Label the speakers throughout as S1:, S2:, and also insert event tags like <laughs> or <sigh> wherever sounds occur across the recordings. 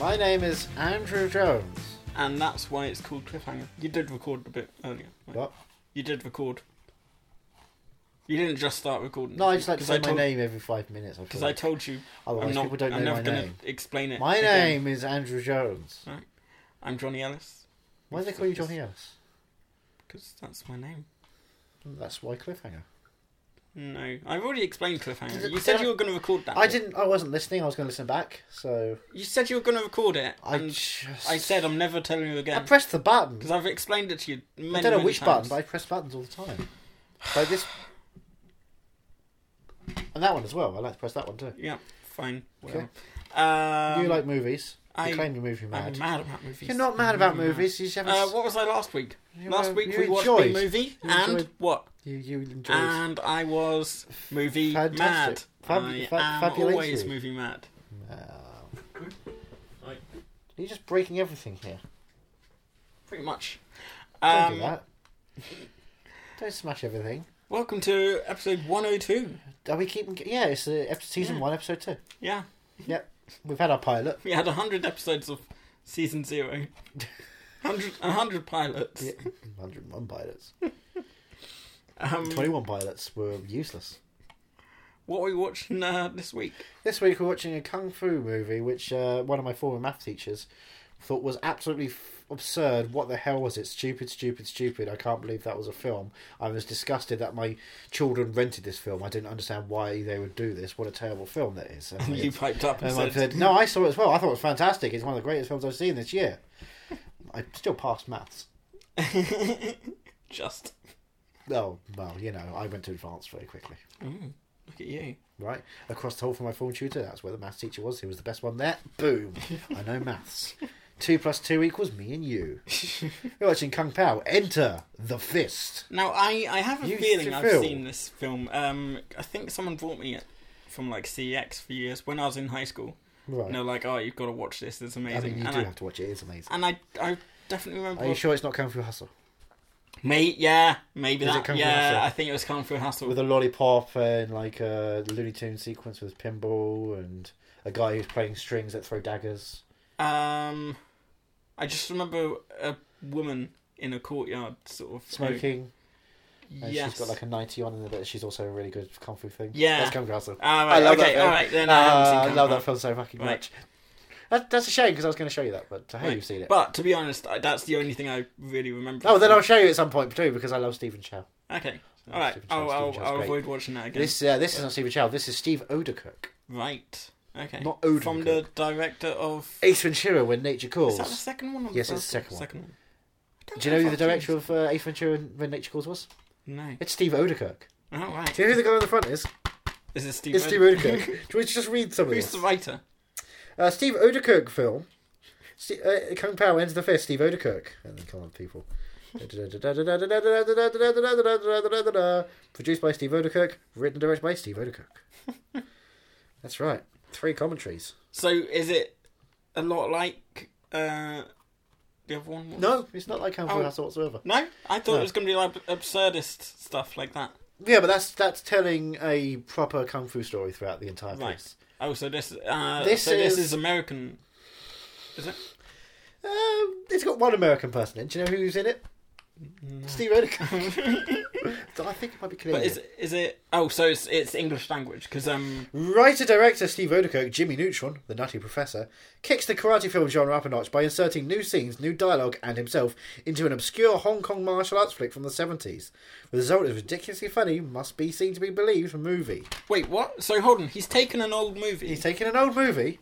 S1: My name is Andrew Jones.
S2: and that's why it's called cliffhanger. You did record a bit earlier. right?
S1: What?
S2: You did record. You didn't just start recording.
S1: No, I just like to
S2: 'Cause
S1: say my
S2: told,
S1: name every five minutes. I feel
S2: Because I
S1: like.
S2: told you,
S1: Otherwise,
S2: I'm not.
S1: people don't
S2: I'm
S1: know my
S2: never gonna
S1: name.
S2: explain it.
S1: My
S2: again.
S1: name is Andrew Jones.
S2: Right. I'm Johnny Ellis.
S1: Why do they call you Johnny Ellis?
S2: Because that's my name.
S1: That's why cliffhanger.
S2: No, I've already explained cliffhanger.
S1: Did-
S2: You
S1: did
S2: said
S1: I-
S2: you were going to record that.
S1: I
S2: bit.
S1: didn't. I wasn't listening. I was going to listen back. So
S2: You said you were going to record it,
S1: I
S2: and
S1: just.
S2: I said I'm never telling you
S1: I
S2: again.
S1: pressed the button.
S2: Because I've explained it to you many,
S1: I don't know
S2: many
S1: which button,
S2: times.
S1: but I press buttons all the time. Like this. And that one as well. I like to press that one too.
S2: Yeah, fine.
S1: Okay.
S2: Whatever. Um,
S1: you like movies? You
S2: I-
S1: claim you're movie
S2: I'm
S1: mad.
S2: mad about movies.
S1: You're not mad
S2: I'm
S1: about
S2: really mad.
S1: movies. You just haven't.
S2: Uh,
S1: s-
S2: what was I last week?
S1: You
S2: last
S1: were-
S2: week
S1: you
S2: we watched
S1: enjoyed.
S2: a movie
S1: You
S2: and
S1: enjoyed-
S2: what?
S1: You you enjoyed.
S2: And I was movie
S1: Fantastic. Fab-
S2: mad.
S1: fa-
S2: I am
S1: fabulous.
S2: always movie mad.
S1: Wow.
S2: Right.
S1: uh, You're just breaking everything here.
S2: Pretty much.
S1: Don't
S2: Um,
S1: do that. Don't smash everything.
S2: Welcome to episode 102.
S1: Are we keeping? Yeah, it's uh, ep- season
S2: Yeah.
S1: one, episode two.
S2: Yeah,
S1: We've had our
S2: <laughs>
S1: pilot.
S2: we had 100 episodes of season zero. <laughs> 100, 100 pilots.
S1: Yeah, 101 pilots.
S2: Um,
S1: 21 pilots were useless.
S2: what are we watching uh, this week? <laughs>
S1: This week we're watching a kung fu movie, which uh, one of my former math teachers thought was absolutely f- absurd. What the hell was it? Stupid, stupid, stupid. I can't believe that was a film. I was disgusted that my children rented this film. I didn't understand why they would do this. What a terrible film that
S2: <laughs>
S1: is. And
S2: you piped up and
S1: I
S2: said,
S1: said, no, I saw it as well. I thought it was fantastic. It's one of the greatest films I've seen this year. <laughs> I still passed maths.
S2: <laughs> just.
S1: Oh, well, you know, I went to advance very quickly. Mm.
S2: Ooh, look at you.
S1: Right across the hall from my form tutor. That's where the maths teacher was. He was the best one there. Boom! I know
S2: <laughs>
S1: maths. Two plus two equals me and you. You're watching Kung Pao. Enter the fist.
S2: Now, I, I have a
S1: You
S2: feeling I've
S1: feel-
S2: seen this film. Um, I think someone brought me it from like CX for years when I was in high school.
S1: Right.
S2: And they were like, oh, you've got to watch this, it's
S1: I
S2: amazing.
S1: mean, you
S2: and,
S1: do
S2: I,
S1: have to watch it. It is amazing.
S2: and I, I definitely remember.
S1: Are you sure it's not Kung Fu Hustle
S2: Mate, yeah, maybe
S1: Is it
S2: that.
S1: Kung Fu
S2: yeah,
S1: Hustle?
S2: I think it was Kung Fu Hustle.
S1: with a lollipop and like a Looney Tune sequence with pinball and a guy who's playing strings that throw daggers?
S2: Um, I just remember a woman in a courtyard, sort of who-
S1: Smoking. And
S2: Yes.
S1: She's got like a ninety on, and but she's also a really good Kung Fu thing.
S2: Yeah.
S1: That's Kung Fu Hustle.
S2: Ah, right,
S1: I love that
S2: okay,
S1: film.
S2: all right, then <laughs> I haven't seen
S1: Uh, I
S2: Kung
S1: love
S2: Fu.
S1: that film so fucking
S2: Right.
S1: much. That, that's a shame because I was going to show you that, but hey,
S2: Right.
S1: you've seen it.
S2: But to be honest, I, that's the only thing I really remember.
S1: oh, then I'll show you at some point too because I love Stephen Chow.
S2: Okay,
S1: No,
S2: all right.
S1: Stephen Chow's-
S2: I'll,
S1: Stephen
S2: I'll,
S1: Chow's
S2: I'll
S1: great.
S2: avoid watching that again.
S1: This uh, this isn't Stephen Chow. This is Steve Odekirk,
S2: Right. Okay.
S1: not Odekirk.
S2: From the director of.
S1: Ace Ventura: When Nature
S2: Is that the
S1: Calls.
S2: second one? Or the
S1: Yes, it's
S2: first
S1: the second one.
S2: Second one. I don't
S1: Do you know who the
S2: if I've
S1: director of uh, Ace Ventura: When Nature Calls was?
S2: seen this.
S1: It's Steve Odekirk.
S2: No. All right.
S1: Do you know who the guy on the front is?
S2: Is it Steve?
S1: It's Steve
S2: Odom?
S1: Odekirk. Do you want to just read some of
S2: Who's
S1: this?
S2: the writer?
S1: Uh, Steve Odekirk film. Ste uh, Kung Pao ends the fist. Steve Odekirk. And then come on, people. Produced by Steve Odekirk. Written and directed by Steve Odekirk.
S2: <laughs>
S1: That's right. Three commentaries.
S2: So is it a lot like uh, the other one? was?
S1: No, it's not like Kung Fu
S2: Oh.
S1: Hustle whatsoever.
S2: No, I thought
S1: No.
S2: it was going to be like absurdist stuff like that.
S1: Yeah, but that's that's telling a proper kung fu story throughout the entire
S2: Right.
S1: piece.
S2: Oh, so this uh,
S1: This
S2: so this
S1: is-
S2: is American. Is it?
S1: Um, it's got one American person in. Do you know who's in it? Steve Odekirk.
S2: <laughs>
S1: <laughs> So I think it might be Canadian.
S2: Mm, But is is it? Oh, so it's it's English language because um
S1: Writer director Steve Odekirk, Jimmy Neutron, the nutty professor, kicks the karate film genre up a notch by inserting new scenes, new dialogue, and himself into an obscure Hong Kong martial arts flick from the 70s. The result is ridiculously funny, must be seen to be believed movie.
S2: wait what? So hold on, he's taken an old movie.
S1: He's taken an old movie,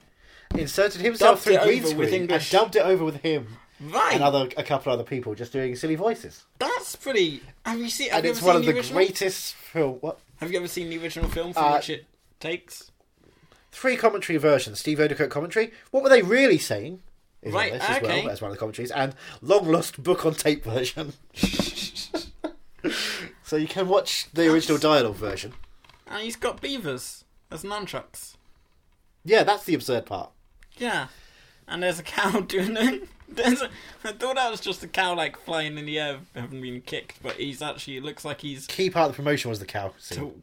S1: inserted himself
S2: Dubbed
S1: through
S2: it
S1: green
S2: over with
S1: screen, and
S2: English.
S1: dubbed it over with him
S2: right.
S1: and other a couple other people just doing silly voices.
S2: That's pretty. Have you seen? Have
S1: And
S2: you
S1: it's
S2: ever
S1: one
S2: seen
S1: of
S2: the
S1: the
S2: original?
S1: greatest film. What?
S2: Have you ever seen the original film from
S1: Uh,
S2: which it takes?
S1: three commentary versions. Steve Odekirk commentary. What were they really saying? Is
S2: Right,
S1: on this as
S2: okay.
S1: well as one of the commentaries, and long lost book on tape version. <laughs> so you can watch the original dialogue version.
S2: And he's got beavers as nunchucks.
S1: Yeah, that's the absurd part.
S2: Yeah, and there's a cow <laughs> doing it. There's a, I thought that was just a cow like flying in the air, having been kicked, but he's actually it looks like he's
S1: Key part of the promotion was the cow. scene.
S2: to,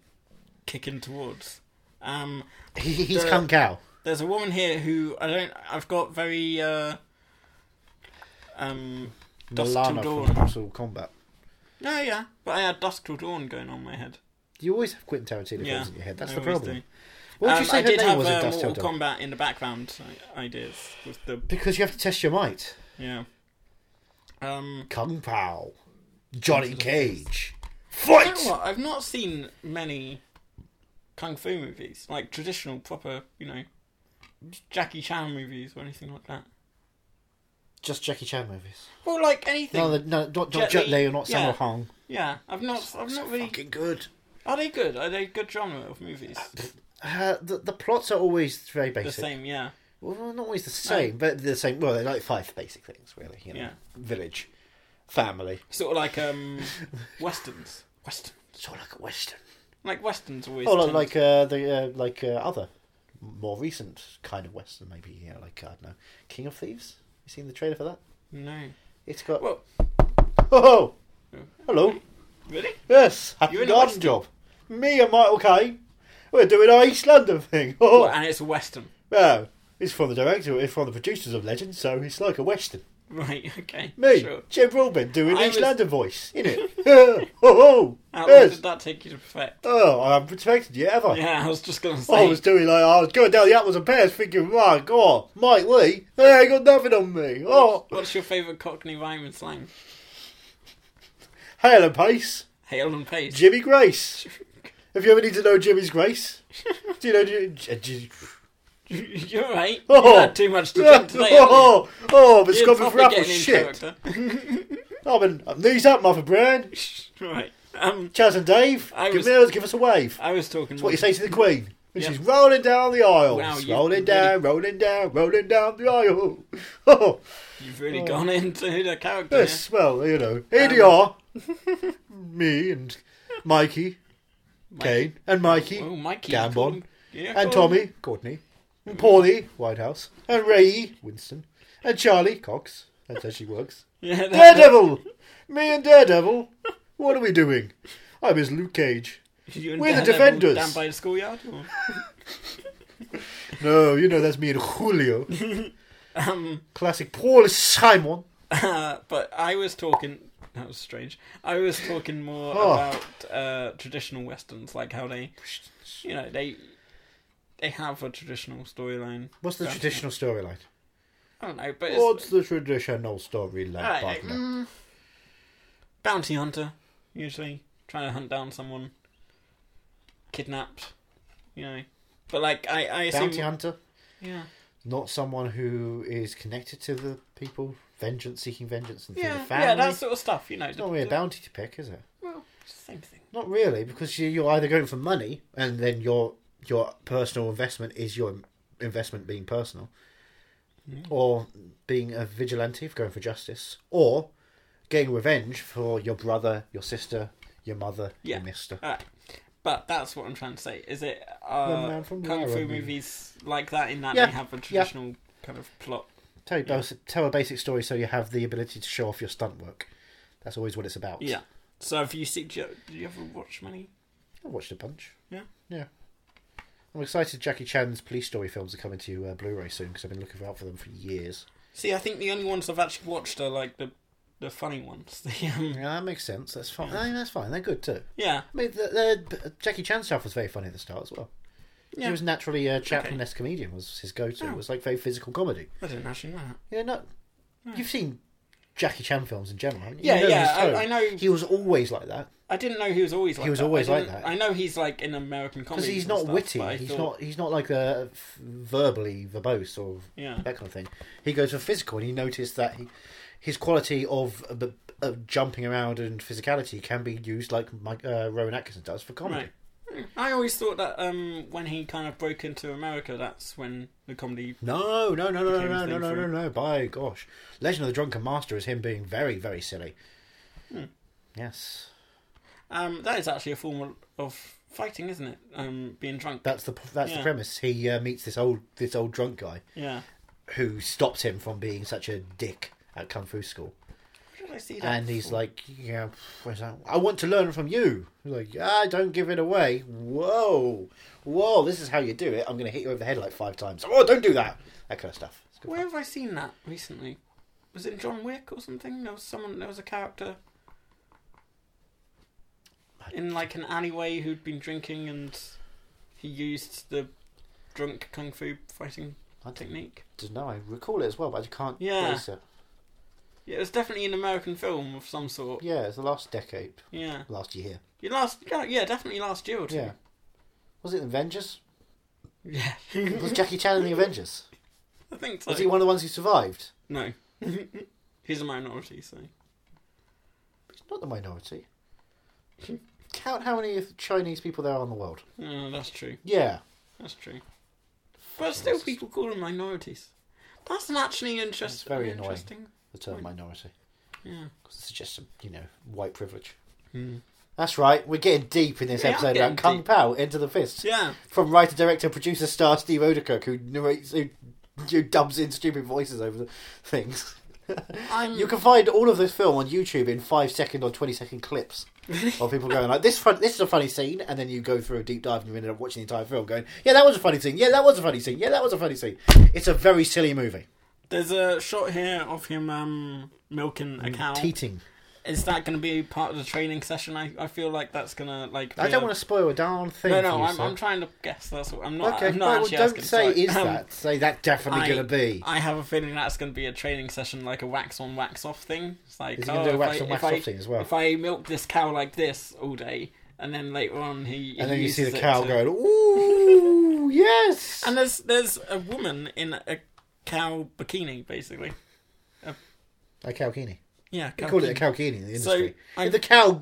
S2: kicking towards. Um,
S1: He, he's
S2: the-
S1: come cow.
S2: There's a woman here who I don't. I've got very uh, um dusk
S1: Milana
S2: till
S1: from
S2: dawn.
S1: Mortal Kombat.
S2: No, yeah, but I had dusk till dawn going on in my head.
S1: You always have Quentin Tarantino
S2: yeah,
S1: films in your head. That's
S2: I
S1: the
S2: always
S1: problem.
S2: do.
S1: What would
S2: Um,
S1: you say
S2: I
S1: her
S2: did
S1: name
S2: have
S1: was in
S2: uh,
S1: Dust Till
S2: Mortal
S1: Dawn?
S2: Kombat in the background i- ideas with the
S1: Because you have to test your might.
S2: yeah. Um,
S1: Kung Pao, Johnny Cage,
S2: you know
S1: fight.
S2: what? I've not seen many kung fu movies, like traditional proper, you know, Jackie Chan movies or anything like that.
S1: Just Jackie Chan movies.
S2: Well, like anything.
S1: No, the- no, not, not
S2: Jet
S1: Jet
S2: Li.
S1: Li or not Sammo
S2: Yeah.
S1: Hung.
S2: Yeah, I've not. I've not really.
S1: Fucking good.
S2: Are they good? Are they good genre of
S1: <laughs>
S2: movies?
S1: Uh, the, the plots are always very
S2: The
S1: basic.
S2: same, yeah.
S1: Well, not always the same, but the same. Well, they're like five basic things, really. You know,
S2: Yeah.
S1: village, family.
S2: Sort of
S1: <laughs>
S2: like um, westerns. Western.
S1: Sort of like a western.
S2: Like westerns always.
S1: Oh, like,
S2: tend-
S1: like uh, the uh, like uh, other more recent kind of western, maybe. You know, like I don't know, King of Thieves. You seen the trailer for that?
S2: No.
S1: It's got.
S2: Well,
S1: Oh,
S2: Yeah.
S1: hello.
S2: really?
S1: Yes, happy
S2: You're in a
S1: garden
S2: western?
S1: job. Me and Michael Caine, we're doing our East London thing. Oh,
S2: Well, and it's a western. <laughs>
S1: no, it's from the director, it's from the producers of Legend, so it's like a western.
S2: Right. Okay.
S1: Me,
S2: Sure.
S1: Jim Rubin, doing
S2: I
S1: East
S2: was-
S1: London voice, innit? oh, oh,
S2: How long
S1: yes.
S2: did that take you to perfect?
S1: Oh, I haven't protected you, have I?
S2: Yeah, I was just gonna say.
S1: I was <laughs> doing like I was going down the apples and pears, thinking, my God, Mike Lee, they ain't got nothing on me. Oh,
S2: What's your favourite Cockney rhyme and slang?
S1: Hale and Pace,
S2: Hail and pace.
S1: Jimmy Grace. If you ever need to know Jimmy's Grace, do you know? J- J- J-
S2: <laughs> You're right.
S1: Oh.
S2: You had too much to
S1: Yeah.
S2: drink today. haven't you?
S1: Oh, oh, I've been
S2: You're
S1: scrubbing for
S2: proper
S1: apples.
S2: getting in
S1: Shit.
S2: character. <laughs>
S1: I've been I'm knees up, Mother Brand.
S2: right. Um,
S1: Chaz and Dave,
S2: I
S1: give,
S2: was-
S1: us, give us a wave.
S2: I was talking.
S1: That's what you say to the Queen. And
S2: Yeah.
S1: she's rolling down the aisle.
S2: Wow, you
S1: rolling
S2: really-
S1: down, rolling down, rolling down the aisle. <laughs> Oh,
S2: You've really
S1: Oh.
S2: gone <laughs> into the character. yeah? Um,
S1: yes, well, you know. Here they are. <laughs> Me and Mikey, Kane, and Mikey,
S2: Oh, Mikey.
S1: Gambon.
S2: call him- Yeah,
S1: and
S2: call him- <laughs>
S1: Tommy, Courtney, and Paulie, Whitehouse, and Ray, Winston, and Charlie, Cox. That's how she works.
S2: Yeah, <laughs> that-
S1: Daredevil! Me and Daredevil! What are we doing? I'm as Luke Cage.
S2: you and
S1: We're the
S2: Daredevil
S1: defenders.
S2: Down by the schoolyard. or- <laughs>
S1: No, you know that's me and Julio.
S2: Um,
S1: Classic Paul Simon.
S2: uh, <laughs> but I was talking. That was strange. I was talking more
S1: Oh.
S2: about uh, traditional westerns, like how they, you know, they they have a traditional storyline.
S1: What's the
S2: Yeah.
S1: traditional storyline?
S2: I don't know, but it's,
S1: What's the traditional storyline,
S2: Alright,
S1: partner?
S2: mm, bounty hunter usually trying to hunt down someone kidnapped, you know. But like I, I assume,
S1: Bounty hunter?
S2: yeah,
S1: Not someone who is connected to the people, vengeance, seeking vengeance, and through
S2: yeah,
S1: the family. Oh,
S2: yeah, that sort of stuff, you know.
S1: It's not really a bounty to pick, is it?
S2: Well, same thing.
S1: Not really, because you- you're either going for money, and then your your personal investment is your investment being personal, or being a vigilante for going for justice, or getting revenge for your brother, your sister, your mother,
S2: Yeah.
S1: your mister.
S2: Alright. But that's what I'm trying to say. Is it
S1: The
S2: uh,
S1: Man from
S2: kung fu
S1: Laramie.
S2: movies like that in that
S1: Yeah,
S2: they have a
S1: yeah.
S2: traditional kind of plot?
S1: Tell, you basi- tell a basic story so you have the ability to show off your stunt work. That's always what it's about.
S2: Yeah. So have you seen? Do you, do you ever watch many?
S1: I watched a bunch.
S2: Yeah.
S1: Yeah. I'm excited Jackie Chan's police story films are coming to uh, Blu-ray soon because I've been looking out for them for years.
S2: See, I think the only ones I've actually watched are like the the funny ones. <laughs> The um,
S1: Yeah, that makes sense. That's fine. I mean, that's fine. They're good too.
S2: yeah,
S1: I mean, the, the Jackie Chan stuff was very funny at the start as well.
S2: yeah.
S1: He was naturally a Chaplin-esque comedian. Was his go-to.
S2: Oh.
S1: It was like very physical comedy.
S2: I didn't actually know that.
S1: Yeah, no, you've seen Jackie Chan films in general. haven't you?
S2: Hmm. Yeah,
S1: You know
S2: yeah,
S1: his tone.
S2: I- I know-
S1: He was always like that
S2: I didn't know he was always like
S1: was
S2: that. I
S1: always like
S2: didn't-
S1: that.
S2: I know he's like in American comedy.
S1: because he's not witty. He's not. He's not like a f- verbally verbose or
S2: Yeah.
S1: that kind of thing. He goes for physical, and he noticed that he, his quality of, of, of jumping around and physicality can be used like Mike, uh, Rowan Atkinson does for comedy.
S2: Right. Hmm. I always thought that um, when he kind of broke into America, that's when the comedy.
S1: No, no, no, no,
S2: Became
S1: no,
S2: his
S1: no,
S2: thing
S1: no,
S2: for
S1: no,
S2: him.
S1: no. By gosh, Legend of the Drunken Master is him being very, very silly.
S2: Hmm.
S1: Yes,
S2: Um, that is actually a form of fighting, isn't it? Um, being drunk.
S1: that's the that's the
S2: Yeah.
S1: premise. He uh, meets this old this old drunk guy
S2: yeah.
S1: who stops him from being such a dick at kung fu school.
S2: I don't know I see that?
S1: and he's
S2: before?"
S1: like, "Yeah, where's that? I want to learn from you." He's like, "Ah, don't give it away." Whoa, whoa, this is how you do it. I'm gonna hit you over the head like five times. Oh, don't do that. That kind of stuff. It's good
S2: Where
S1: fun.
S2: have I seen that recently? Was it John Wick or something? There was someone, there was a character in like an alleyway who'd been drinking and he used the drunk kung fu fighting
S1: I don't,
S2: technique.
S1: don't know. I recall it as well, but I just can't
S2: Yeah.
S1: place it.
S2: Yeah, it was definitely an American film of some sort.
S1: Yeah, it's the last decade,
S2: Yeah,
S1: last year.
S2: you last, yeah, yeah, definitely last year or two.
S1: Yeah. Was it Avengers?
S2: <laughs>
S1: <laughs>
S2: yeah.
S1: Was Jackie Chan in the Avengers?
S2: I think so.
S1: Was he one of the ones who survived?
S2: No, <laughs> he's a minority, so
S1: He's not the minority. Count how many Chinese people there are in the world.
S2: yeah, that's true.
S1: Yeah.
S2: That's true. But still, people call them minorities. That's an actually
S1: That's
S2: interesting.
S1: very annoying.
S2: interesting.
S1: the term minority
S2: Yeah.
S1: because it's just you know white privilege.
S2: Hmm.
S1: That's right. We're getting deep in this
S2: We are
S1: episode
S2: getting
S1: about Kung
S2: deep.
S1: Pao into the fist
S2: Yeah.
S1: from writer, director, producer, star Steve Odekirk, who narrates who, who dubs in stupid voices over the things.
S2: I'm.
S1: You can find all of this film on YouTube in five second or twenty second clips of people going like this. Fun, this is a funny scene, and then you go through a deep dive and you end up watching the entire film, going, "Yeah, that was a funny scene. Yeah, that was a funny scene. Yeah, that was a funny scene." It's a very silly movie.
S2: There's a shot here of him um, milking
S1: Mm.
S2: a cow.
S1: Teating.
S2: Is that going to be part of the training session? I, I feel like that's going to like.
S1: I don't want to spoil a darn thing.
S2: No,
S1: for
S2: no,
S1: you,
S2: I'm,
S1: sir.
S2: I'm trying to guess. That's what I'm not.
S1: Okay,
S2: I'm
S1: no,
S2: not
S1: well,
S2: actually
S1: don't
S2: asking,
S1: say
S2: sorry.
S1: is
S2: Um,
S1: that. Say that definitely
S2: I-
S1: going to be.
S2: I have a feeling that's going to be a training session, like a wax on, wax off thing. It's like,
S1: Is he
S2: oh,
S1: gonna do a
S2: if
S1: wax
S2: I-
S1: on, wax
S2: if I-
S1: off thing as well?
S2: If I milk this cow like this all day, and then later on he, he
S1: and then you see
S2: uses
S1: the
S2: it
S1: cow
S2: to-
S1: going,
S2: <laughs>
S1: ooh, yes!
S2: And there's there's a woman in a cow bikini, basically.
S1: a cowkini.
S2: Yeah,
S1: We
S2: cow
S1: call it a
S2: bikini.
S1: cowkini in the
S2: So,
S1: industry.
S2: I-
S1: in the cow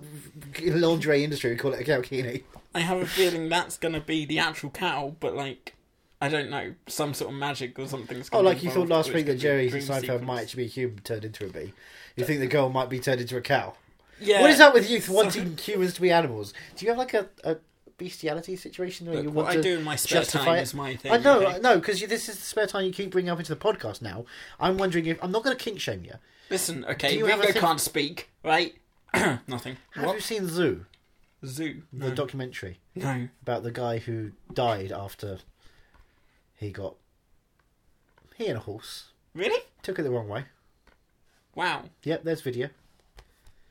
S1: laundry industry, we call it a cowkini.
S2: I have a feeling that's gonna be the actual cow, but like, I don't know, some sort of magic or something's.
S1: Oh,
S2: gonna
S1: like
S2: be
S1: you thought
S2: involved,
S1: last
S2: or it's
S1: week that
S2: gonna be
S1: Jerry
S2: a dream
S1: Seinfeld
S2: sequence.
S1: might actually be a human turned into a bee. You think the girl might be turned into a cow.
S2: Yeah.
S1: What is up with you
S2: So-
S1: wanting humans to be animals? Do you have like a, a bestiality situation where
S2: Look,
S1: you
S2: what
S1: want
S2: I
S1: to
S2: do in my spare
S1: justify
S2: time
S1: it?
S2: is my thing.
S1: I know,
S2: okay?
S1: I know, because this is the spare time you keep bringing up into the podcast now. I'm wondering if I'm not going to kink shame you.
S2: Listen,
S1: Do
S2: okay,
S1: you have a
S2: Ringo
S1: thing-
S2: can't speak, right? <clears throat> Nothing.
S1: Have
S2: what?
S1: you seen Zoo,
S2: Zoo?
S1: the
S2: No.
S1: documentary
S2: no.
S1: about the guy who died after he got he and a horse
S2: Really?
S1: took it the wrong way?
S2: Wow.
S1: Yep, there's video.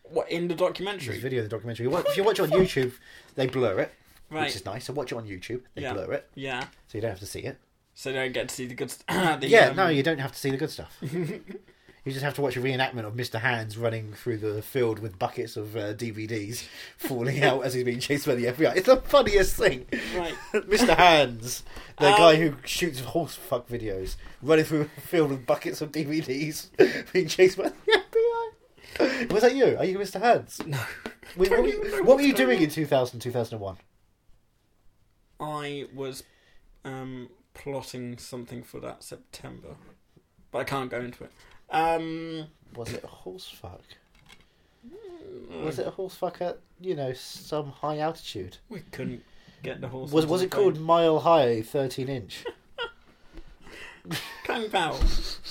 S2: What in the
S1: There's
S2: documentary?
S1: video of the documentary. Wa- If you watch it on YouTube, they blur it, which
S2: Right.
S1: is nice. So watch it on YouTube. They
S2: Yeah.
S1: blur it,
S2: Yeah.
S1: so you don't have to see it.
S2: So they get to see the good. St- <clears throat> the,
S1: Yeah,
S2: um,
S1: no, you don't have to see the good
S2: <laughs>
S1: stuff. you just have to watch a reenactment of Mr. Hands running through the field with buckets of uh, DVDs <laughs> falling out as he's being chased by the FBI. It's the funniest thing.
S2: Right.
S1: <laughs> Mr. Hands, the
S2: Um,
S1: guy who shoots horse fuck videos, running through a field with buckets of DVDs, <laughs> being chased by the FBI. Was that you? Are you Mr. Hands?
S2: No.
S1: Wait,
S2: Don't
S1: what,
S2: even know
S1: were- what
S2: what's
S1: were you
S2: going
S1: doing
S2: on.
S1: in 2000, 2001?
S2: I was um, plotting something for that September, but I can't go into it. Um,
S1: Was it a horse fuck? Was it a horse fuck at, you know, some high altitude?
S2: We couldn't get the horse.
S1: Was
S2: onto
S1: was
S2: the
S1: it called
S2: plane.
S1: Mile High 13 Inch?
S2: Kung Pao?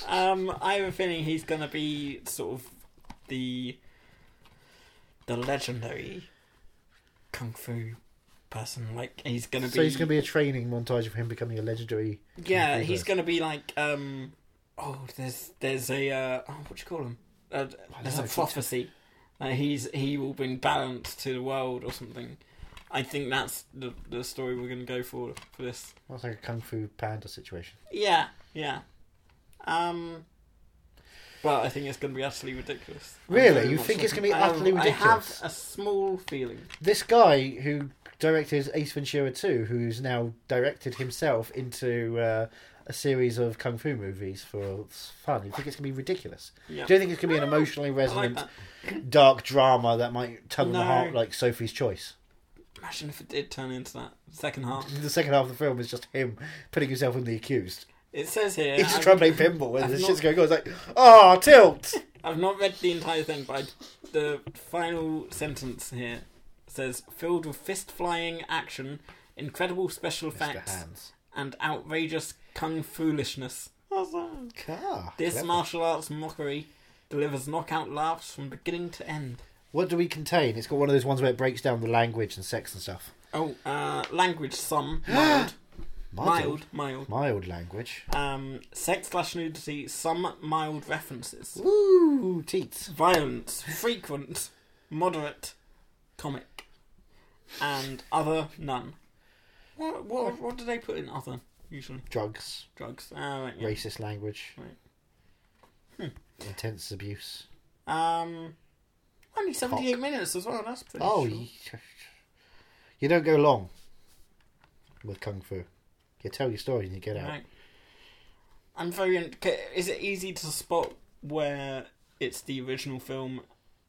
S2: um, I have a feeling he's gonna be sort of the the legendary kung fu person. Like he's gonna be.
S1: so it's going to be a training montage of him becoming a legendary.
S2: Yeah,
S1: fu
S2: he's
S1: person.
S2: gonna be like. Um, oh, there's there's a uh, oh, what do you call him? Uh, there's
S1: know,
S2: a
S1: it's-
S2: prophecy. Uh, he's he will bring balance to the world or something. I think that's the the story we're gonna go for for this.
S1: That's like a kung fu panda situation.
S2: Yeah, yeah. Um, but I think it's going to be utterly ridiculous. I'm
S1: Really?
S2: very
S1: You
S2: much
S1: think it's
S2: looking-
S1: gonna be
S2: Um, I have-
S1: utterly ridiculous?
S2: I have a small feeling.
S1: This guy who directed Ace Ventura 2, who's now directed himself into uh, a series of kung fu movies for fun, you think it's going to be ridiculous?
S2: Yeah.
S1: Do you think it's going to be an emotionally
S2: I like
S1: resonant,
S2: that.
S1: dark drama that might tug on the
S2: No.
S1: heart like Sophie's Choice?
S2: Imagine if it did turn into that second half.
S1: The second half of the film is just him putting himself in the accused.
S2: It says here. um,
S1: He's just
S2: I've,
S1: trying to play pinball and
S2: I've
S1: this
S2: not-
S1: shit's going on. It's like, ah, tilt!
S2: I've not read the entire thing, but I- the final sentence here says filled with fist flying action, incredible special
S1: Mr.
S2: effects,
S1: Hands.
S2: and outrageous kung foolishness.
S1: Ah,
S2: This
S1: clever.
S2: martial arts mockery delivers knockout laughs from beginning to end.
S1: What do we contain? It's got one of those ones where it breaks down the language and sex and stuff.
S2: Oh, uh, language some mild, mild,
S1: Mild.
S2: mild.
S1: Mild language.
S2: Um, sex slash nudity some mild references.
S1: Woo! Teats.
S2: Violence frequent, moderate, comic, and other none. What what what do they put in other usually?
S1: Drugs.
S2: Drugs. Ah, right, yeah.
S1: Racist language. Hmm.
S2: Right.
S1: Intense abuse.
S2: Um, only seventy-eight minutes as well. That's pretty.
S1: Oh,
S2: short.
S1: you, you don't go long with kung fu. You tell your story and you get out.
S2: Right. I'm very. In- ca- is it easy to spot where it's the original film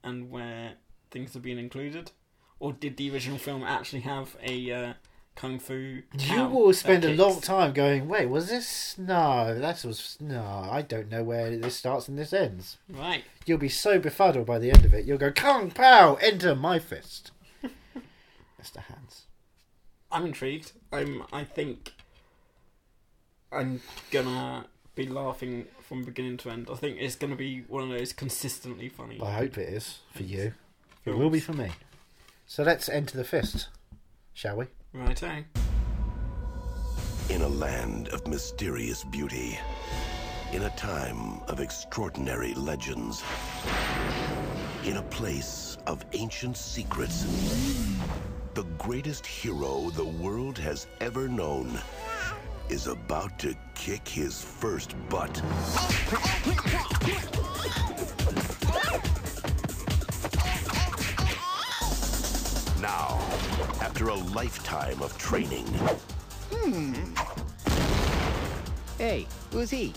S2: and where things have been included, or did the original film actually have a uh, kung fu?
S1: You
S2: cow
S1: will
S2: that
S1: spend a
S2: kicks?
S1: long time going. Wait, was this? No, that was no. I don't know where this starts and this ends.
S2: Right.
S1: You'll be so befuddled by the end of it. You'll go kung pow. Enter my fist, <laughs> Mister Hands.
S2: I'm intrigued. I'm. I think. I'm gonna be laughing from beginning to end. I think it's gonna be one of those consistently funny.
S1: I hope it is for you. It
S2: films.
S1: will be for me. So let's enter the fist, shall we?
S2: Righto.
S3: In a land of mysterious beauty, in a time of extraordinary legends, in a place of ancient secrets, the greatest hero the world has ever known is about to kick his first butt. Now, after a lifetime of training,
S4: Hey, who's he?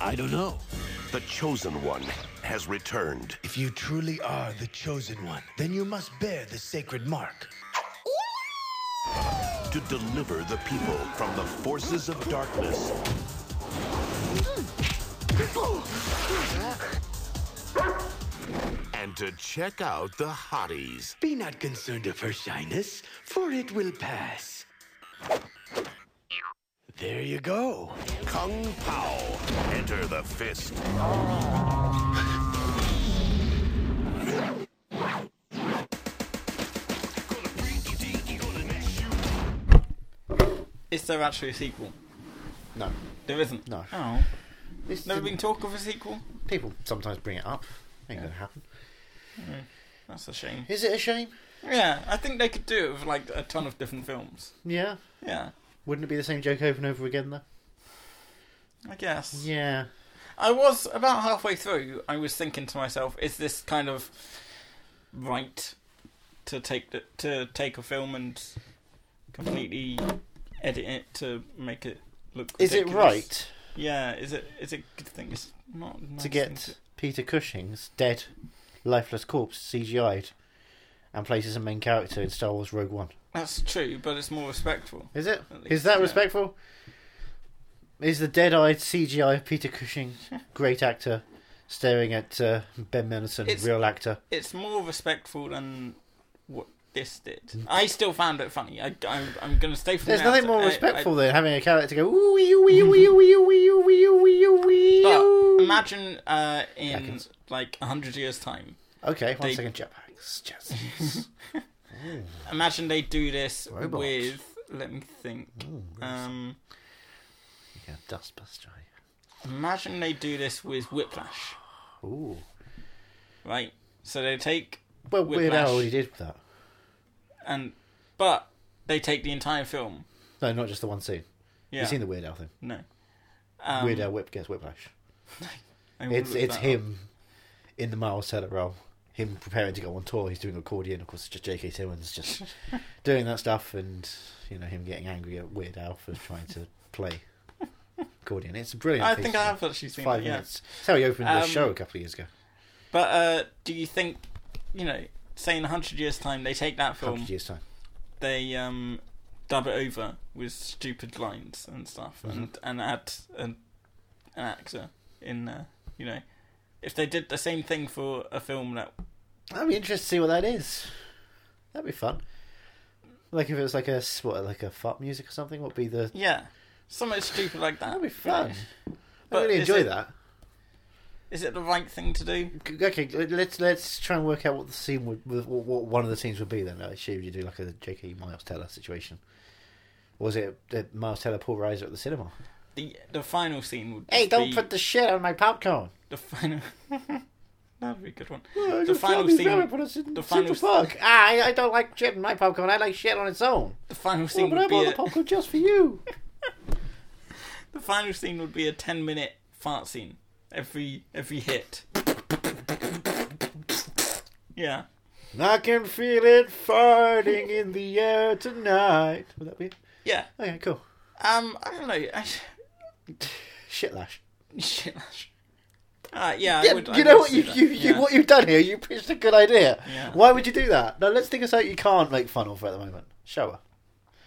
S3: I don't know. The chosen one has returned.
S5: If you truly are the chosen one, then you must bear the sacred mark.
S3: to deliver the people from the forces of darkness. And to check out the hotties.
S5: Be not concerned of her shyness, for it will pass. There you go.
S3: Kung Pao, enter the fist.
S2: Is there actually a sequel?
S1: No,
S2: There isn't.
S1: No.
S2: Oh.
S1: this
S2: Never
S1: didn't-
S2: been talk of a sequel.
S1: people sometimes bring it up. Ain't gonna happen.
S2: That's a shame.
S1: Is it a shame?
S2: Yeah, I think they could do it with like a ton of different films.
S1: Yeah.
S2: Yeah,
S1: Wouldn't it be the same joke over and over again though?
S2: I guess.
S1: Yeah.
S2: I was about halfway through. I was thinking to myself, is this kind of right to take the, to take a film and completely edit it to make it look?
S1: Is it
S2: ridiculous?
S1: right
S2: Yeah. Is it? Is it a good thing? It's not a nice
S1: to
S2: thing
S1: get Peter Cushing's dead, lifeless corpse CGI'd and places as a main character in Star Wars Rogue One?
S2: That's true, but it's more respectful.
S1: Is it?
S2: At
S1: Is
S2: least,
S1: that
S2: yeah.
S1: respectful? Is the dead-eyed CGI of Peter
S2: <laughs>
S1: Cushing, great actor, staring at uh, Ben Mendelsohn,
S2: It's-
S1: real actor?
S2: It's more respectful than what this did. I still found it funny. I, I, I'm going to stay for
S1: There's
S2: the
S1: nothing
S2: out-
S1: more
S2: I- I-
S1: respectful than having a character go ooh wee ooh wee
S2: <laughs>
S1: ooh wee ooh wee ooh wee ooh wee ooh wee ooh wee
S2: But
S1: ooh.
S2: imagine uh, in
S1: Seconds.
S2: like a hundred years' time.
S1: Okay, one
S2: they-
S1: second, jetpacks,
S2: <laughs>
S1: jets.
S2: Imagine they do this
S1: Robots.
S2: with. Let me think.
S1: Oh,
S2: Um,
S1: Yeah, dustbuster.
S2: imagine they do this with Whiplash,
S1: Ooh.
S2: right? So they take
S1: Well, Weird Al
S2: Whiplash.
S1: already did that.
S2: and but they take the entire film.
S1: No, not just the one scene.
S2: Yeah.
S1: You've seen the Weird Al thing.
S2: no. Um,
S1: Weird Al whip gets whiplash.
S2: I will
S1: It's
S2: look
S1: it's
S2: that up.
S1: him in the Miles Teller role. Him preparing to go on tour. He's doing accordion. Of course, it's just J.K. Simmons
S2: <laughs>
S1: just doing that stuff, and you know him getting angry at Weird Al for trying to play accordion. It's a brilliant.
S2: I
S1: piece
S2: think
S1: of-
S2: I have actually seen
S1: Five
S2: it. Yeah.
S1: minutes. That's how he opened the
S2: Um,
S1: show a couple of years ago.
S2: But uh, do you think, you know, say in a hundred years' time, they take that film,
S1: Hundred years time.
S2: they um, dub it over with stupid lines and stuff,
S1: Mm-hmm.
S2: and and add an, an actor in there. You know, if they did the same thing for a film that
S1: I'd be interested to see what that is. That'd be fun. Like if it was like a s- what, like a fart music or something. What'd be the?
S2: Yeah, something stupid like that.
S1: That'd be fun.
S2: But
S1: I really
S2: is
S1: enjoy
S2: it-
S1: that.
S2: Is it the right thing to do?
S1: Okay, let's let's try and work out what the scene would, what, what one of the scenes would be. Then I assume you do like a J.K. Miles Teller situation. Was it uh, Miles Teller Paul Reiser at the cinema?
S2: The the final scene would.
S1: Hey,
S2: just
S1: don't
S2: be
S1: put the shit on my popcorn.
S2: the final. <laughs> That'd be a good one.
S1: I
S2: the
S1: just
S2: final
S1: love you
S2: scene.
S1: very much, but it's in
S2: the final
S1: Central Park. Ah, I, I don't like shit in my popcorn. I like shit on its own.
S2: The final
S1: Well,
S2: scene
S1: but I
S2: would be
S1: bought the
S2: a,
S1: popcorn just for you.
S2: the final scene would be a ten minute fart scene. Every every hit. yeah.
S1: <laughs> I can feel it farting in the air tonight. Would that be? it?
S2: Yeah.
S1: Okay, cool.
S2: Um. I don't know. I,
S1: Shitlash.
S2: shit. Uh, yeah, I
S1: Yeah,
S2: would, I
S1: you know
S2: would
S1: what
S2: say
S1: you,
S2: that.
S1: you, you
S2: Yeah.
S1: what you've done here. You pitched a good idea.
S2: Yeah.
S1: Why would you do that? No, let's think of something you can't make fun of at the moment. Shower.